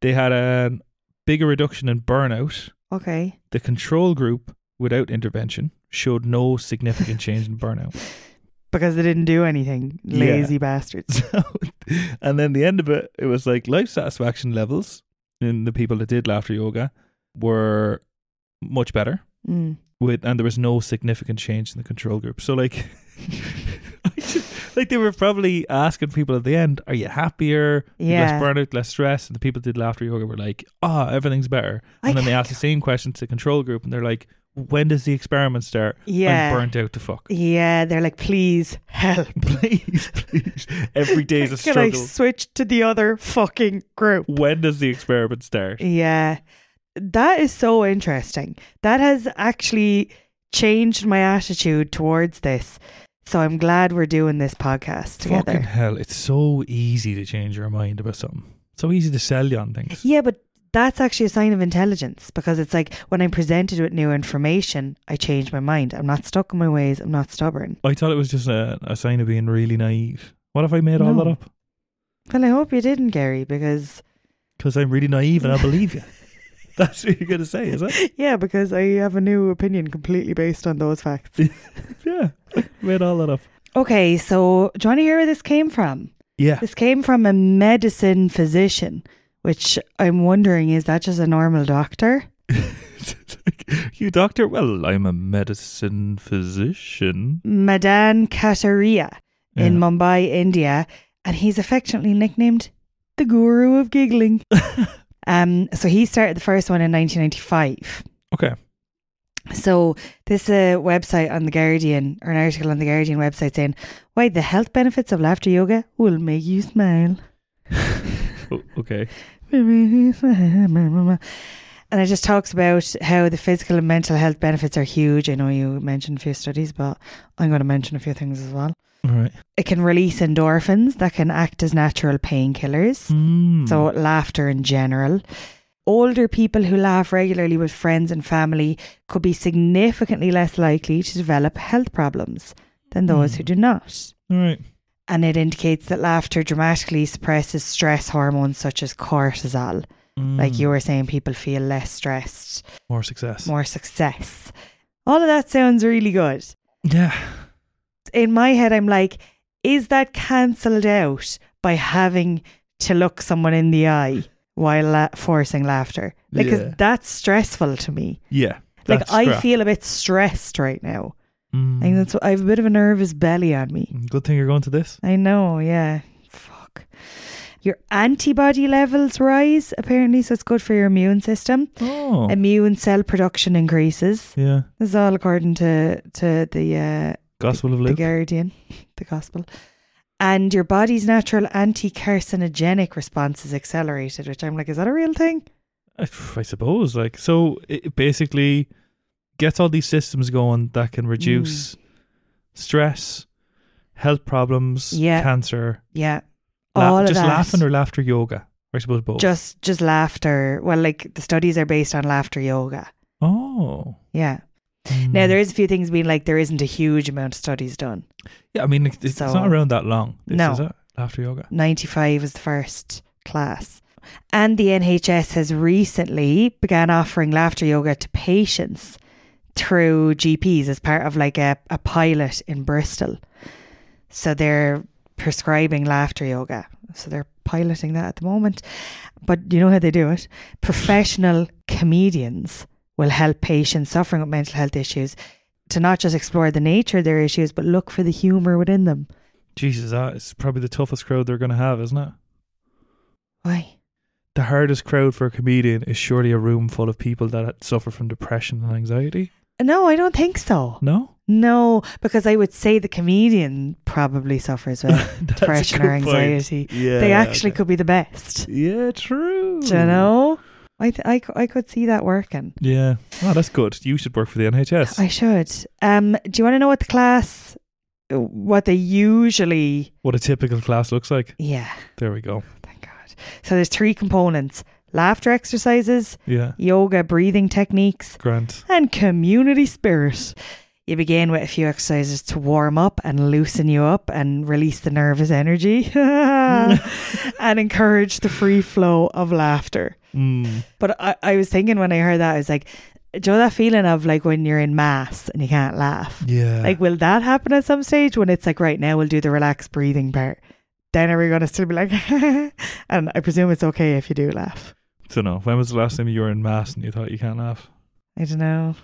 Speaker 1: They had a bigger reduction in burnout.
Speaker 2: Okay.
Speaker 1: The control group without intervention showed no significant change in burnout.
Speaker 2: Because they didn't do anything.
Speaker 1: Yeah.
Speaker 2: Lazy bastards.
Speaker 1: [LAUGHS] So, and then the end of it, it was like life satisfaction levels in the people that did laughter yoga were much better.
Speaker 2: Mm.
Speaker 1: With and there was no significant change in the control group. So like, [LAUGHS] I just- like they were probably asking people at the end, "Are you happier? You
Speaker 2: Yeah.
Speaker 1: Less burnout, less stress." And the people that did laughter yoga were like, "Ah, everything's better."
Speaker 2: I
Speaker 1: And then they
Speaker 2: can't
Speaker 1: asked the same question to the control group, and they're like, "When does the experiment start?"
Speaker 2: Yeah.
Speaker 1: I'm burnt out to
Speaker 2: [LAUGHS]
Speaker 1: fuck. [LAUGHS]
Speaker 2: Yeah, they're like, please help.
Speaker 1: please, please. Every day is a
Speaker 2: Can
Speaker 1: struggle.
Speaker 2: I switch to the other fucking group?
Speaker 1: when does the experiment start?
Speaker 2: Yeah. That is so interesting. That has actually changed my attitude towards this. So I'm glad we're doing this podcast together.
Speaker 1: Fucking hell, it's so easy to change your mind about something. So easy to sell you on things.
Speaker 2: Yeah, but that's actually a sign of intelligence because it's like when I'm presented with new information, I change my mind. I'm not stuck in my ways. I'm not stubborn.
Speaker 1: I thought it was just a, a sign of being really naive. What if I made all
Speaker 2: No.
Speaker 1: that up?
Speaker 2: Well, I hope you didn't, Gary, because
Speaker 1: Because I'm really naive and I believe
Speaker 2: [LAUGHS]
Speaker 1: you. That's what you're going to say, is it?
Speaker 2: yeah, because I have a new opinion completely based on those facts.
Speaker 1: Yeah. made all that up.
Speaker 2: okay, so do you want to hear where this came from?
Speaker 1: Yeah.
Speaker 2: This came from a medicine physician, which I'm wondering is that just a normal doctor?
Speaker 1: It's like, [LAUGHS] you doctor? Well, I'm a medicine physician.
Speaker 2: Madan Kataria in
Speaker 1: Yeah.
Speaker 2: Mumbai, India, and he's affectionately nicknamed the Guru of Giggling. um, so he started the first one in 1995.
Speaker 1: [LAUGHS] Okay.
Speaker 2: So this uh, website on the Guardian, or an article on the Guardian website saying why the health benefits of laughter yoga will make you smile.
Speaker 1: O- okay.
Speaker 2: And it just talks about how the physical and mental health benefits are huge. I know you mentioned a few studies, but I'm going to mention a few things as well.
Speaker 1: All right.
Speaker 2: It can release endorphins that can act as natural painkillers.
Speaker 1: Mm.
Speaker 2: So, laughter in general. Older people who laugh regularly with friends and family could be significantly less likely to develop health problems than those
Speaker 1: Hmm.
Speaker 2: who do not.
Speaker 1: All right.
Speaker 2: And it indicates that laughter dramatically suppresses stress hormones such as cortisol. Like
Speaker 1: Mm.
Speaker 2: you were saying, people feel less stressed,
Speaker 1: More success.
Speaker 2: more success. All of that sounds really good.
Speaker 1: Yeah.
Speaker 2: In my head, I'm like, is that cancelled out by having to look someone in the eye while la- forcing laughter? Because
Speaker 1: Yeah.
Speaker 2: that's stressful to me.
Speaker 1: Yeah.
Speaker 2: Like
Speaker 1: That's
Speaker 2: I
Speaker 1: crap.
Speaker 2: feel a bit stressed right now. I think
Speaker 1: Mm.
Speaker 2: that's. what- I have a bit of a nervous belly on me.
Speaker 1: Good thing you're going to this.
Speaker 2: I know, yeah. Fuck. Your antibody levels rise apparently, so it's good for your immune system.
Speaker 1: Oh.
Speaker 2: immune cell production increases.
Speaker 1: yeah.
Speaker 2: This is all according to to the uh,
Speaker 1: Gospel of
Speaker 2: the
Speaker 1: Luke.
Speaker 2: Guardian, [LAUGHS] the Gospel. And your body's natural anti-carcinogenic response is accelerated, which I'm like, is that a real thing?
Speaker 1: I, I suppose. Like so, it basically gets all these systems going that can
Speaker 2: Mm.
Speaker 1: reduce stress, health problems,
Speaker 2: Yeah.
Speaker 1: cancer.
Speaker 2: Yeah,
Speaker 1: La-
Speaker 2: all of
Speaker 1: just
Speaker 2: that.
Speaker 1: laughing or laughter yoga. I suppose both.
Speaker 2: just just laughter. Well, like the studies are based on laughter yoga.
Speaker 1: oh.
Speaker 2: Yeah.
Speaker 1: Mm.
Speaker 2: Now there is a few things being like there isn't a huge amount of studies done.
Speaker 1: Yeah, I mean, it- it's
Speaker 2: So-
Speaker 1: not around that long. This,
Speaker 2: No.
Speaker 1: is it? Laughter yoga.
Speaker 2: 95 was the first class. And the NHS has recently began offering laughter yoga to patients through GPs as part of like a, a pilot in Bristol. So they're prescribing laughter yoga. So they're piloting that at the moment. But you know how they do it? Professional comedians will help patients suffering with mental health issues to not just explore the nature of their issues, but look for the humour within them.
Speaker 1: Jesus, that is probably the toughest crowd they're going to have, isn't it?
Speaker 2: Why?
Speaker 1: The hardest crowd for a comedian is surely a room full of people that suffer from depression and anxiety.
Speaker 2: No, I don't think so.
Speaker 1: No,
Speaker 2: No, because I would say the comedian probably suffers
Speaker 1: [LAUGHS]
Speaker 2: with
Speaker 1: That's a
Speaker 2: depression or
Speaker 1: good point.
Speaker 2: anxiety.
Speaker 1: Yeah,
Speaker 2: they actually
Speaker 1: okay. Hmm.
Speaker 2: could be the best.
Speaker 1: Yeah, true.
Speaker 2: Do you know? I, th- I, c- I could see that working.
Speaker 1: Yeah. Oh, that's good. You should work for the NHS.
Speaker 2: I should. Um, do you want to know what the class, uh, what they usually?
Speaker 1: what a typical class looks like.
Speaker 2: Yeah,
Speaker 1: There we go.
Speaker 2: thank God. So there's three components: laughter exercises,
Speaker 1: Yeah.
Speaker 2: yoga, breathing techniques,
Speaker 1: Grant.
Speaker 2: and community spirit. You begin with a few exercises to warm up and loosen you up and release the nervous energy [LAUGHS] and encourage the free flow of laughter.
Speaker 1: Mm.
Speaker 2: But I, I was thinking when I heard that, I was like, do you know that feeling of like when you're in mass and you can't laugh?
Speaker 1: Yeah.
Speaker 2: Like, will that happen at some stage when it's like, right now we'll do the relaxed breathing part? Then are we going to still be like, [LAUGHS] and I presume it's okay if you do laugh?
Speaker 1: so no. When was the last time you were in mass and you thought you can't laugh?
Speaker 2: I don't know.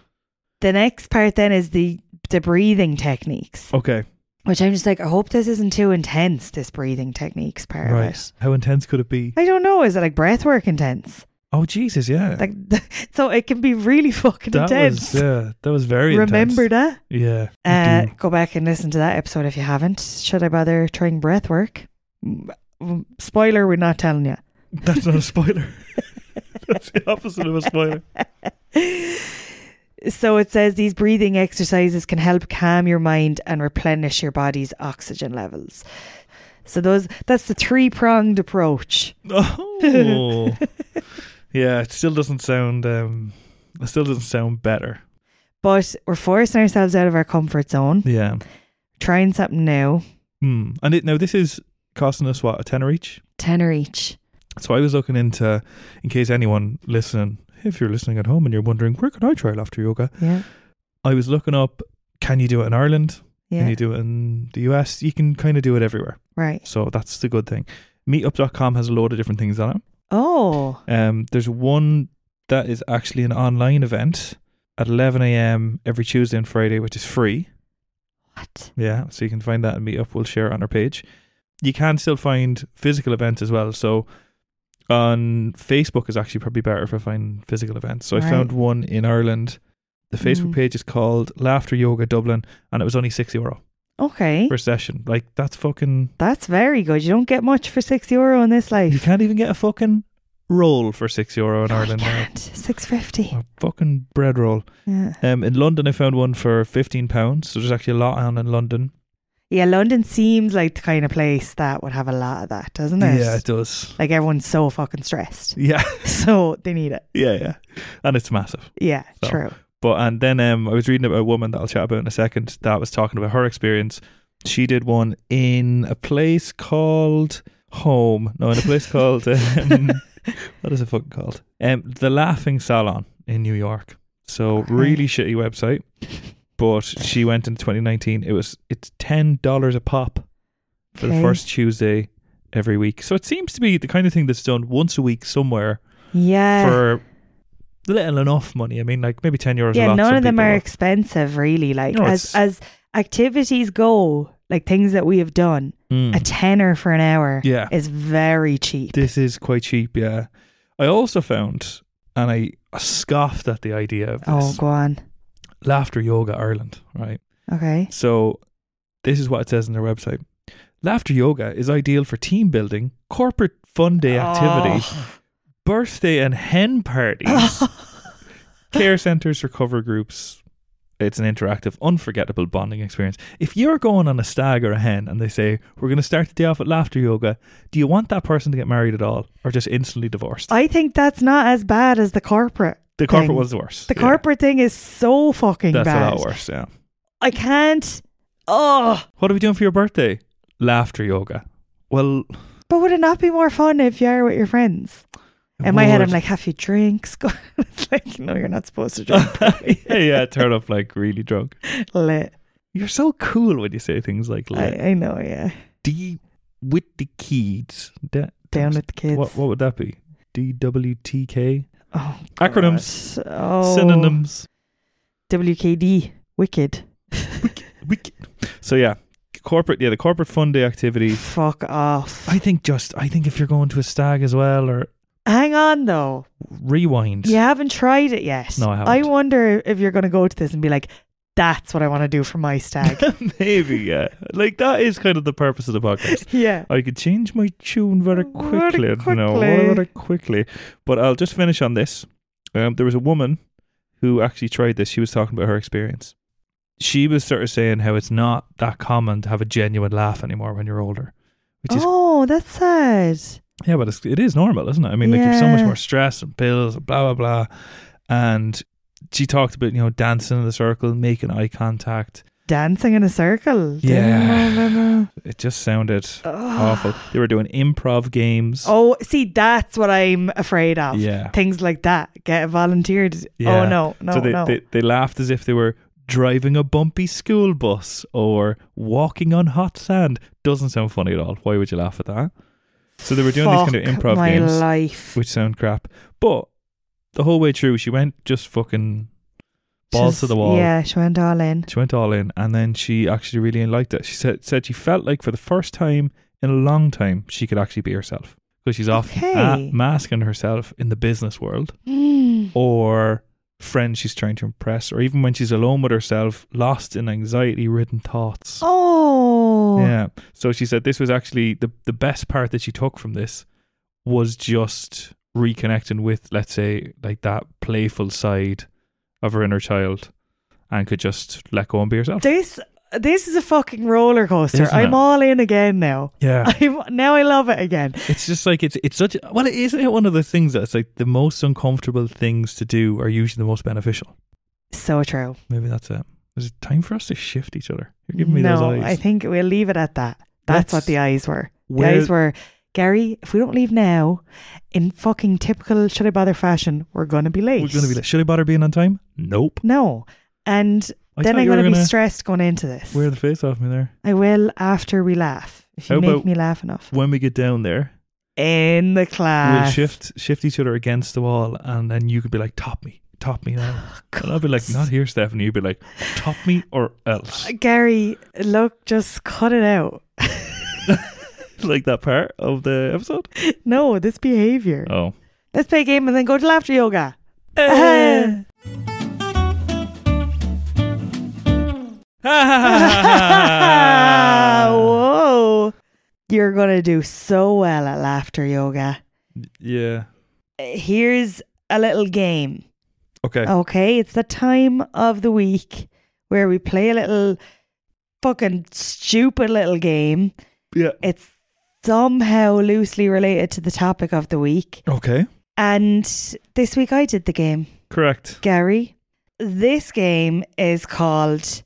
Speaker 2: The next part then is the the breathing techniques,
Speaker 1: Okay.
Speaker 2: which I'm just like, I hope this isn't too intense. This breathing techniques part, of it.
Speaker 1: Right. How intense could it be?
Speaker 2: I don't know. Is it like breath work intense?
Speaker 1: Oh Jesus, yeah.
Speaker 2: Like, [LAUGHS] so it can be really fucking
Speaker 1: that
Speaker 2: intense.
Speaker 1: was yeah. That was very
Speaker 2: Remember
Speaker 1: intense.
Speaker 2: that.
Speaker 1: Yeah. Mm-hmm. we
Speaker 2: Uh,
Speaker 1: do.
Speaker 2: go back and listen to that episode if you haven't. Should I bother trying breath work? Mm, mm, Spoiler: We're not telling you.
Speaker 1: That's not a spoiler. [LAUGHS] That's the opposite
Speaker 2: [LAUGHS]
Speaker 1: of a spoiler.
Speaker 2: So it says these breathing exercises can help calm your mind and replenish your body's oxygen levels. So those that's the three pronged approach.
Speaker 1: Oh. Yeah, it still doesn't sound. Um, it still doesn't sound better.
Speaker 2: But we're forcing ourselves out of our comfort zone,
Speaker 1: Yeah.
Speaker 2: trying something new.
Speaker 1: Hmm. And it, now this is costing us what a tenner each.
Speaker 2: Tenner each.
Speaker 1: So I was looking into, in case anyone listening, if you're listening at home and you're wondering where can I try laughter yoga,
Speaker 2: Yeah.
Speaker 1: I was looking up. Can you do it in Ireland? Can
Speaker 2: Yeah.
Speaker 1: you do it in the US? You can kind of do it everywhere.
Speaker 2: Right.
Speaker 1: So that's the good thing. Meetup.com has a load of different things on it.
Speaker 2: Oh.
Speaker 1: Um, there's one that is actually an online event at 11 a.m. every Tuesday and Friday, which is free.
Speaker 2: What?
Speaker 1: Yeah, so you can find that and meet up. We'll share it on our page. You can still find physical events as well. So on Facebook is actually probably better for finding physical events. So I
Speaker 2: Right.
Speaker 1: found one in Ireland. The Facebook
Speaker 2: Mm.
Speaker 1: page is called Laughter Yoga Dublin, and it was only six euro
Speaker 2: Okay.
Speaker 1: per session. Like that's fucking.
Speaker 2: That's very good. You don't get much for six euro in this
Speaker 1: You
Speaker 2: life.
Speaker 1: can't even get a fucking roll for six euro in
Speaker 2: No, you
Speaker 1: Ireland. now.
Speaker 2: can't. Six fifty.
Speaker 1: A fucking bread roll.
Speaker 2: Yeah.
Speaker 1: Um, in London, I found one for fifteen pounds. So there's actually a lot on in London.
Speaker 2: Yeah, London seems like the kind of place that would have a lot of that, doesn't it?
Speaker 1: Yeah, it does. [LAUGHS]
Speaker 2: Like everyone's so fucking stressed. [LAUGHS]
Speaker 1: Yeah,
Speaker 2: So they need it.
Speaker 1: yeah, yeah. And it's massive.
Speaker 2: Yeah,
Speaker 1: So-
Speaker 2: true.
Speaker 1: But and then um, I was reading about a woman that I'll chat about in a second that was talking about her experience. She did one in a place called home. No, in a place [LAUGHS]
Speaker 2: [LAUGHS]
Speaker 1: called um, what is it fucking called? Um, the Laughing Salon in New York. So
Speaker 2: Okay.
Speaker 1: really shitty website. But she went in 2019. It was it's ten dollars a pop. for the
Speaker 2: Okay.
Speaker 1: first Tuesday every week. So it seems to be the kind of thing that's done once a week somewhere
Speaker 2: Yeah.
Speaker 1: for little enough money. I mean, like maybe 10 euros a
Speaker 2: yeah,
Speaker 1: lot.
Speaker 2: none
Speaker 1: some
Speaker 2: of them
Speaker 1: people
Speaker 2: are
Speaker 1: will.
Speaker 2: expensive really. Like
Speaker 1: No,
Speaker 2: as
Speaker 1: it's-
Speaker 2: as activities go, like things that we have done,
Speaker 1: Mm.
Speaker 2: a tenner for an hour
Speaker 1: Yeah.
Speaker 2: is very cheap.
Speaker 1: This is quite cheap, yeah. I also found, and I scoffed at the idea of
Speaker 2: oh,
Speaker 1: this,
Speaker 2: go on.
Speaker 1: Laughter Yoga Ireland, right?
Speaker 2: Okay.
Speaker 1: So this is what it says on their website. Laughter yoga is ideal for team building, corporate fun
Speaker 2: Oh.
Speaker 1: day activities, birthday and hen
Speaker 2: [LAUGHS]
Speaker 1: parties, care centers, recovery groups. It's an interactive, unforgettable bonding experience. If you're going on a stag or a hen and they say, We're going to start the day off at laughter yoga, do you want that person to get married at all or just instantly divorced?
Speaker 2: I think that's not as bad as the corporate.
Speaker 1: the corporate
Speaker 2: thing.
Speaker 1: was worse.
Speaker 2: The
Speaker 1: Yeah.
Speaker 2: corporate thing is so fucking
Speaker 1: That's
Speaker 2: bad.
Speaker 1: a lot worse, yeah.
Speaker 2: I can't. Oh,
Speaker 1: What are we doing for your birthday? Laughter yoga. Well,
Speaker 2: but would it not be more fun if you're with your friends? In my head, I'm
Speaker 1: would-
Speaker 2: like, have you drinks? [LAUGHS] Go- it's like, no, you're not supposed to drink.
Speaker 1: [LAUGHS] yeah, yeah, turn up like really drunk.
Speaker 2: Lit.
Speaker 1: You're so cool when you say things like like
Speaker 2: I, I know, yeah.
Speaker 1: D with the kids. That,
Speaker 2: Down with the kids.
Speaker 1: what what would that be? D W T K
Speaker 2: Oh,
Speaker 1: acronyms,
Speaker 2: God. Oh,
Speaker 1: synonyms.
Speaker 2: WKD. Wicked.
Speaker 1: Wick- So yeah, corporate yeah the corporate fun day activity.
Speaker 2: [LAUGHS] Fuck off.
Speaker 1: I think just I think if you're going to a stag as well or
Speaker 2: Hang on, though.
Speaker 1: rewind.
Speaker 2: You haven't tried it yet.
Speaker 1: No, I haven't.
Speaker 2: I wonder if you're going to go to this and be like, that's what I want to do for my
Speaker 1: [LAUGHS]
Speaker 2: stag.
Speaker 1: [LAUGHS] maybe yeah. Like that is kind of the purpose of the podcast.
Speaker 2: [LAUGHS] yeah.
Speaker 1: I could change my tune very
Speaker 2: Very
Speaker 1: quickly. No,
Speaker 2: quickly.
Speaker 1: very quickly. But I'll just finish on this. Um, there was a woman who actually tried this. She was talking about her experience. She was sort of saying how it's not that common to have a genuine laugh anymore when you're older. Which is
Speaker 2: Oh, that's sad.
Speaker 1: yeah, but it's, it is normal, isn't it? I mean, like you've so much
Speaker 2: Yeah.
Speaker 1: more stress and pills and blah blah blah. And she talked about you know dancing in the circle, making eye contact.
Speaker 2: Dancing in a circle.
Speaker 1: Yeah. It just sounded awful.
Speaker 2: Awful.
Speaker 1: They were doing improv games.
Speaker 2: Ah. Oh, see, that's what I'm afraid of.
Speaker 1: yeah.
Speaker 2: Things like that. Get volunteered.
Speaker 1: Yeah.
Speaker 2: Oh, no, no,
Speaker 1: so they,
Speaker 2: no.
Speaker 1: they, they laughed as if they were driving a bumpy school bus or walking on hot sand. Doesn't sound funny at all. Why would you laugh at that? So they were doing these kind of
Speaker 2: Fuck
Speaker 1: improv
Speaker 2: my
Speaker 1: games,
Speaker 2: life.
Speaker 1: which sound crap. But the whole way through, she went just fucking balls
Speaker 2: Just-
Speaker 1: to the wall.
Speaker 2: Yeah, she went all in.
Speaker 1: She went all in, and then she actually really liked it. She said said she felt like for the first time in a long time she could actually be herself because she's often
Speaker 2: Okay.
Speaker 1: a- masking herself in the business world
Speaker 2: Mm.
Speaker 1: or friends she's trying to impress, or even when she's alone with herself, lost in anxiety ridden thoughts.
Speaker 2: Oh.
Speaker 1: Yeah. So she said this was actually the, the best part that she took from this was just reconnecting with, let's say, like that
Speaker 2: [LAUGHS]
Speaker 1: playful side of her inner child and could just let go and be herself.
Speaker 2: This this is a fucking roller coaster.
Speaker 1: Isn't it?
Speaker 2: I'm all in again now.
Speaker 1: [LAUGHS] Yeah.
Speaker 2: I'm, now I love it again.
Speaker 1: It's just like it's it's such well, it isn't it one of the things that's like the most uncomfortable things to do are usually the most beneficial.
Speaker 2: So true.
Speaker 1: Maybe that's it. Is it time for us to shift each other? You're giving me
Speaker 2: no,
Speaker 1: those eyes.
Speaker 2: I think we'll leave it at that. That's what
Speaker 1: Let's-
Speaker 2: the eyes were. The
Speaker 1: Well-
Speaker 2: eyes were, Gary, if we don't leave now, in fucking typical should I bother fashion, we're going to be late.
Speaker 1: We're gonna be like, should I bother being on time? Nope.
Speaker 2: No. And
Speaker 1: I
Speaker 2: then
Speaker 1: thought
Speaker 2: I'm
Speaker 1: you were
Speaker 2: going to be
Speaker 1: gonna
Speaker 2: stressed going into this.
Speaker 1: Wear the face off me there.
Speaker 2: I will after we laugh. If you
Speaker 1: How
Speaker 2: make
Speaker 1: about-
Speaker 2: me laugh enough.
Speaker 1: When we get down there,
Speaker 2: In the class.
Speaker 1: we'll shift shift each other against the wall, and then you could be like, top me, top me now. [LAUGHS] and I'll be
Speaker 2: [LAUGHS]
Speaker 1: like, not here, Stephanie. You'd be like, top me or [LAUGHS] else.
Speaker 2: Gary, look, just cut it out.
Speaker 1: like that part of the episode.
Speaker 2: No, this behavior.
Speaker 1: [LAUGHS] Oh,
Speaker 2: Let's play a game and then go to
Speaker 1: [LAUGHS]
Speaker 2: laughter yoga. [LAUGHS] Whoa. You're going to do so well at laughter yoga.
Speaker 1: yeah.
Speaker 2: Uh, Here's a little game.
Speaker 1: Okay.
Speaker 2: Okay, it's the time of the week where we play a little fucking stupid little game.
Speaker 1: Yeah.
Speaker 2: It's somehow loosely related to the topic of the week.
Speaker 1: Okay.
Speaker 2: And this week I did the game.
Speaker 1: Correct.
Speaker 2: Gary, this game is called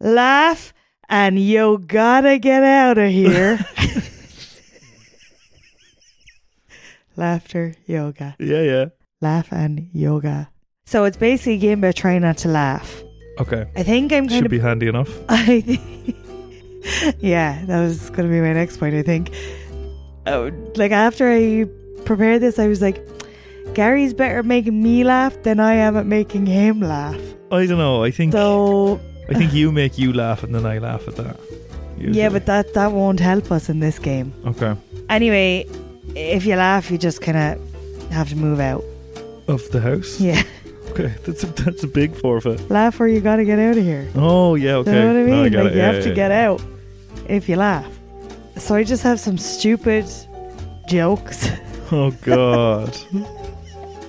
Speaker 2: Laugh and You Gotta Get Out of Here. Laughter yoga.
Speaker 1: [LAUGHS] Yeah. Yeah.
Speaker 2: Laugh and yoga. So it's basically a game about trying not to laugh.
Speaker 1: Okay.
Speaker 2: I think I'm kind
Speaker 1: Should
Speaker 2: of.
Speaker 1: be handy enough.
Speaker 2: I [LAUGHS] yeah, that was going to be my next point, I think. Oh, like, after I prepared this, I was like, Gary's better at making me laugh than I am at making
Speaker 1: [LAUGHS]
Speaker 2: him laugh.
Speaker 1: I don't know. I think
Speaker 2: So,
Speaker 1: I think you make you laugh and then I laugh at that.
Speaker 2: yeah, but that, that won't help us in this game.
Speaker 1: okay.
Speaker 2: Anyway, if you laugh, you just kind of have to move out.
Speaker 1: Of the house.
Speaker 2: Yeah. [LAUGHS]
Speaker 1: Okay. [LAUGHS] That's a, that's a big forfeit.
Speaker 2: laugh or you got to get out of here.
Speaker 1: Oh yeah. Okay.
Speaker 2: You know what I mean?
Speaker 1: No, get
Speaker 2: like,
Speaker 1: it.
Speaker 2: you
Speaker 1: Yeah,
Speaker 2: have
Speaker 1: yeah,
Speaker 2: to
Speaker 1: yeah.
Speaker 2: get out if you laugh. So, I just have some stupid jokes. [LAUGHS]
Speaker 1: Oh god.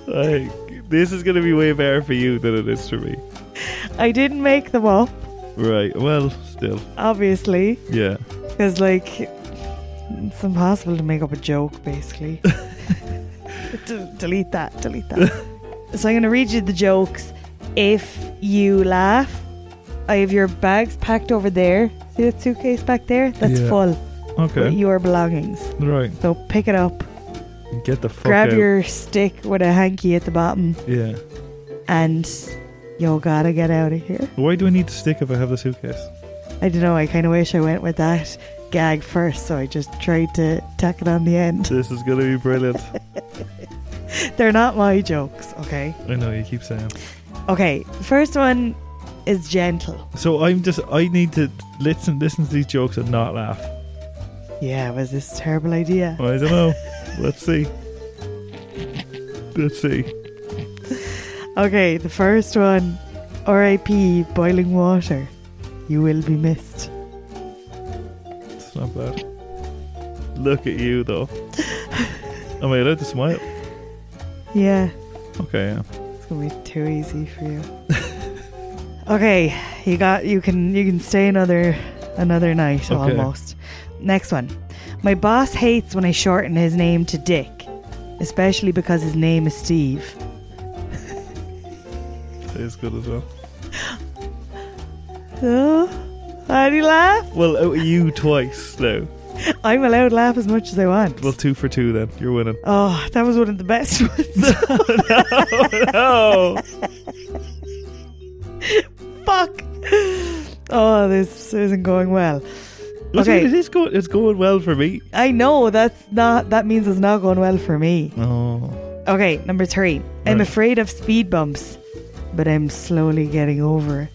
Speaker 1: I, this is gonna be way better for you than it is for me.
Speaker 2: I didn't make them up,
Speaker 1: Right. Well, still.
Speaker 2: obviously,
Speaker 1: Yeah. [LAUGHS]
Speaker 2: because like it's impossible to make up a
Speaker 1: [LAUGHS]
Speaker 2: joke. Basically, D- delete that. Delete that. so I'm going to read you the jokes. If you laugh, I have your bags packed over there. See that suitcase back there? That's
Speaker 1: Yeah.
Speaker 2: full with
Speaker 1: Okay.
Speaker 2: your belongings.
Speaker 1: Right.
Speaker 2: So pick it up.
Speaker 1: Get the fuck
Speaker 2: grab
Speaker 1: out.
Speaker 2: your stick with a hanky at the bottom,
Speaker 1: yeah.
Speaker 2: and you gotta get out of here.
Speaker 1: Why do I need to stick if I have the suitcase?
Speaker 2: I don't know. I kind of wish I went with that gag first, so I just tried to tack it on the end.
Speaker 1: This is gonna be brilliant.
Speaker 2: They're not my jokes, okay?
Speaker 1: I know you keep saying.
Speaker 2: Okay, first one is gentle.
Speaker 1: So I'm just I need to listen listen to these jokes and not laugh.
Speaker 2: Yeah, was this a terrible idea?
Speaker 1: I don't
Speaker 2: [LAUGHS]
Speaker 1: know. Let's see. Let's see.
Speaker 2: Okay, the first one R.I.P. boiling water. You will be missed.
Speaker 1: It's not bad. Look at you [LAUGHS] though. Am I allowed to smile?
Speaker 2: Yeah,
Speaker 1: Okay, yeah.
Speaker 2: it's gonna be too easy for you. okay, you got you can you can stay another another night
Speaker 1: Okay.
Speaker 2: almost. Next one. My boss hates when I shorten his name to Dick, especially because his name is Steve.
Speaker 1: It's good as well.
Speaker 2: Oh, how do you laugh?
Speaker 1: Well, out of you twice now.
Speaker 2: I'm allowed to laugh as much as I want.
Speaker 1: Well, two for two then. You're [LAUGHS] winning.
Speaker 2: Oh, that was one of the best [LAUGHS] ones.
Speaker 1: no.
Speaker 2: Fuck. Oh, this isn't going well.
Speaker 1: Okay.
Speaker 2: Okay.
Speaker 1: It is going. It's going well for me.
Speaker 2: I know that's not. That means it's not going well for me.
Speaker 1: Oh.
Speaker 2: Okay, number three. I'm
Speaker 1: Right.
Speaker 2: afraid of speed bumps, but I'm slowly getting over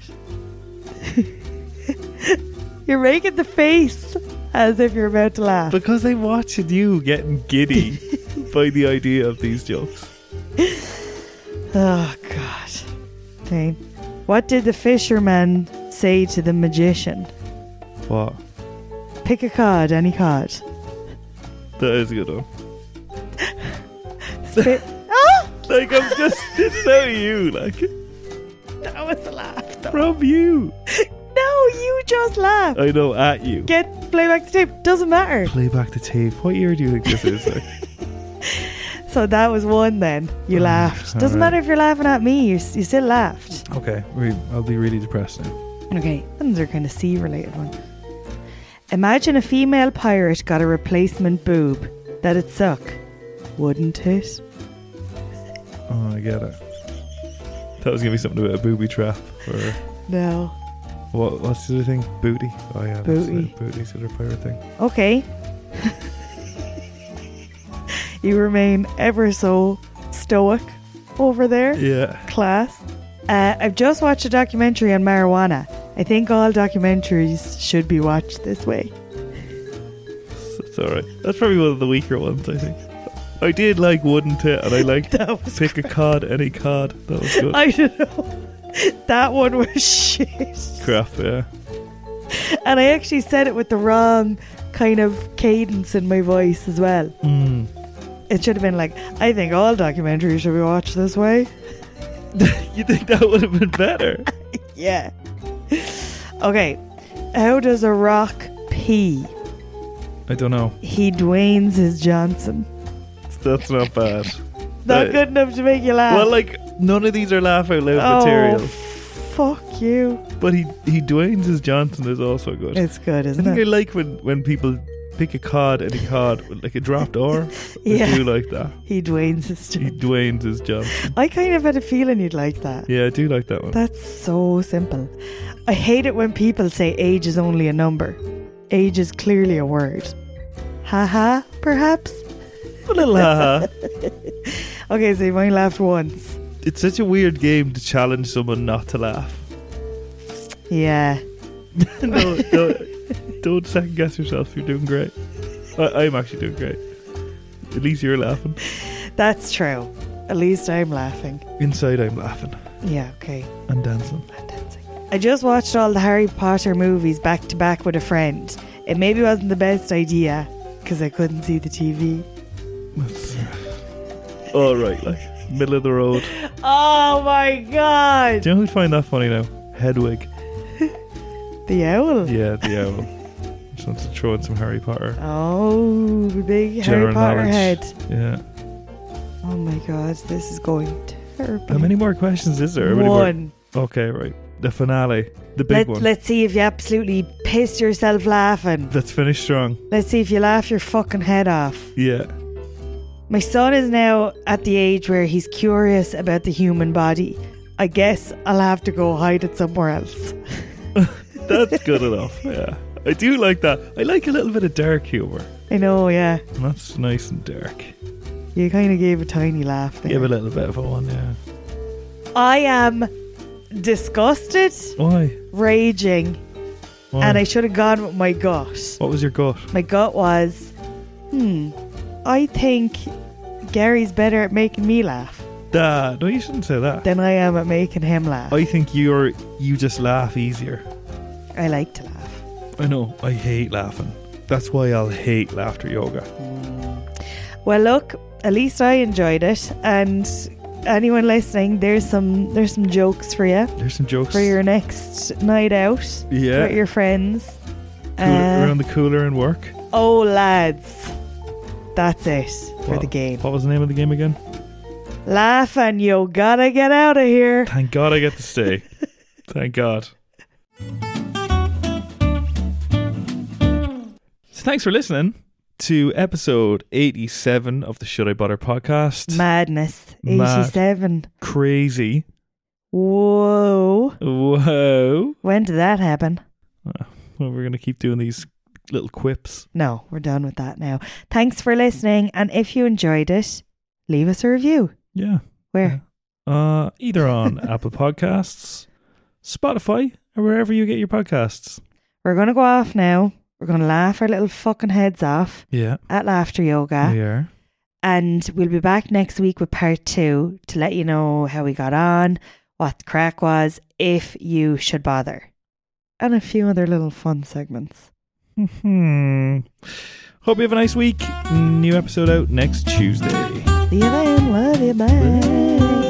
Speaker 2: it. [LAUGHS] you're making the face as if you're about to laugh.
Speaker 1: Because I'm watching you getting [LAUGHS] giddy by the idea of these jokes.
Speaker 2: Oh God. Okay. What did the fisherman say to the magician?
Speaker 1: Wow.
Speaker 2: Pick a card, any card.
Speaker 1: That is a good one.
Speaker 2: Spit. oh,
Speaker 1: Like I'm [LAUGHS] just this is out of you, like
Speaker 2: that was a laugh.
Speaker 1: from you.
Speaker 2: No, you just laugh.
Speaker 1: I know, at you.
Speaker 2: Get playback the tape. Doesn't matter.
Speaker 1: Play back the tape. What year do you think this [LAUGHS] is? Like,
Speaker 2: So that was one. Then you
Speaker 1: Mm,
Speaker 2: laughed.
Speaker 1: all
Speaker 2: Doesn't
Speaker 1: right.
Speaker 2: matter if you're laughing at me. You s- you still laughed.
Speaker 1: okay, re- I'll be really depressed now.
Speaker 2: Okay, another kind of sea related one. Imagine a female pirate got a replacement boob. That'd suck, wouldn't it?
Speaker 1: Oh, I get it. That was gonna be something about a booby trap or
Speaker 2: No.
Speaker 1: what? What's the other thing? Booty. Oh yeah, that's
Speaker 2: Booty.
Speaker 1: it. Booty's the other pirate thing.
Speaker 2: Okay. [LAUGHS] you remain ever so stoic over there,
Speaker 1: Yeah.
Speaker 2: class. Uh, I've just watched a documentary on marijuana. I think all documentaries should be watched this way. [LAUGHS]
Speaker 1: It's, it's all right. That's probably one of the weaker ones, I think. I did like wooden tit, and I
Speaker 2: [LAUGHS]
Speaker 1: liked
Speaker 2: That was
Speaker 1: pick a cod, any cod. That was good.
Speaker 2: [LAUGHS] I don't know. That one was [LAUGHS] shit.
Speaker 1: [LAUGHS] Crap, yeah.
Speaker 2: And I actually said it with the wrong kind of cadence in my voice as well.
Speaker 1: Mm.
Speaker 2: It should have been like, I think all documentaries should be watched this way.
Speaker 1: [LAUGHS] You think that would have been better?
Speaker 2: Yeah. [LAUGHS] Okay. How does a rock pee?
Speaker 1: I don't know.
Speaker 2: He Dwayne's his Johnson.
Speaker 1: That's not bad.
Speaker 2: Not
Speaker 1: Uh,
Speaker 2: good enough to make you laugh.
Speaker 1: Well, like none of these are laugh out loud
Speaker 2: Ah. oh,
Speaker 1: material,
Speaker 2: fuck you.
Speaker 1: but he he Dwayne's as Johnson is also good.
Speaker 2: It's good,
Speaker 1: I
Speaker 2: isn't
Speaker 1: think I
Speaker 2: it?
Speaker 1: like when when people pick a cod and a cod with, like a dropped R. I
Speaker 2: [LAUGHS] Yeah.
Speaker 1: do like that.
Speaker 2: He Dwayne's his
Speaker 1: He
Speaker 2: Johnson.
Speaker 1: Dwayne's as Johnson.
Speaker 2: I kind of had a feeling you'd like that.
Speaker 1: Yeah, I do like that one.
Speaker 2: That's so simple. I hate it when people say age is only a number. Age is clearly a word. Haha, perhaps?
Speaker 1: Haha.
Speaker 2: Okay, so you've only laughed once.
Speaker 1: it's such a weird game to challenge someone not to laugh. [LAUGHS]
Speaker 2: Yeah.
Speaker 1: no, no, don't second guess yourself. You're doing great. I, I'm actually doing great. At least you're laughing.
Speaker 2: That's true. At least I'm laughing.
Speaker 1: Inside, I'm laughing
Speaker 2: Yeah, okay.
Speaker 1: and dancing.
Speaker 2: I'm dancing. I just watched all the Harry Potter movies back to back with a friend. It maybe wasn't the best idea because I couldn't see the TV.
Speaker 1: That's uh, all right. Like middle of the road.
Speaker 2: Oh my god!
Speaker 1: Do you know who'd find that funny now? Hedwig.
Speaker 2: The owl.
Speaker 1: Yeah, the owl. Just wants to throw in some Harry Potter.
Speaker 2: Oh, the big
Speaker 1: General
Speaker 2: Harry Potter
Speaker 1: knowledge.
Speaker 2: head.
Speaker 1: Yeah.
Speaker 2: Oh my god, this is going terribly.
Speaker 1: How many more questions is there? How many more-
Speaker 2: One.
Speaker 1: Okay, right. The finale. The big
Speaker 2: Let,
Speaker 1: one.
Speaker 2: let's see if you absolutely piss yourself laughing.
Speaker 1: Let's finish strong.
Speaker 2: Let's see if you laugh your fucking head off.
Speaker 1: Yeah.
Speaker 2: My son is now at the age where he's curious about the human body. I guess I'll have to go hide it somewhere else.
Speaker 1: That's
Speaker 2: [LAUGHS]
Speaker 1: good enough. Yeah. I do like that. I like a little bit of dark humor.
Speaker 2: I know, yeah.
Speaker 1: That's nice and dark.
Speaker 2: You kind of gave a tiny laugh there.
Speaker 1: Give a little bit of a one, yeah.
Speaker 2: I am disgusted,
Speaker 1: Why?
Speaker 2: raging,
Speaker 1: Why?
Speaker 2: and I should have gone with my gut.
Speaker 1: what was your gut?
Speaker 2: My gut was, hmm, I think Gary's better at making me laugh
Speaker 1: Dad, no, you shouldn't say that.
Speaker 2: than I am at making him laugh.
Speaker 1: I think you're you just laugh easier.
Speaker 2: I like to laugh.
Speaker 1: I know. I hate laughing. That's why I'll hate laughter yoga.
Speaker 2: Well, look, at least I enjoyed it, and anyone listening, there's some there's some jokes for you
Speaker 1: There's some jokes.
Speaker 2: for your next night out
Speaker 1: yeah.
Speaker 2: with your uh, friends. Um,
Speaker 1: Cooler- around the cooler and work.
Speaker 2: oh, lads, that's it for
Speaker 1: What-
Speaker 2: the game.
Speaker 1: What was the name of the game again?
Speaker 2: Laugh and you gotta get out of here.
Speaker 1: Thank God I get to stay. Thank God. So thanks for listening to episode 87 of the Should I Butter podcast.
Speaker 2: Madness.
Speaker 1: Mad.
Speaker 2: Eighty-seven.
Speaker 1: Crazy.
Speaker 2: Whoa!
Speaker 1: Whoa.
Speaker 2: When did that happen?
Speaker 1: Well, we're going to keep doing these little quips.
Speaker 2: No, we're done with that now. Thanks for listening, and if you enjoyed it, leave us a review.
Speaker 1: Yeah.
Speaker 2: Where?
Speaker 1: Uh, either on Apple Podcasts, Spotify, or wherever you get your podcasts.
Speaker 2: We're going to go off now. We're going to laugh our little fucking heads off
Speaker 1: Yeah.
Speaker 2: at Laughter Yoga.
Speaker 1: We are.
Speaker 2: And we'll be back next week with part two to let you know how we got on, what the crack was, if you should bother. And a few other little fun segments.
Speaker 1: Hmm. Hope you have a nice week. New episode out next Tuesday.
Speaker 2: See you then. Love you. Bye.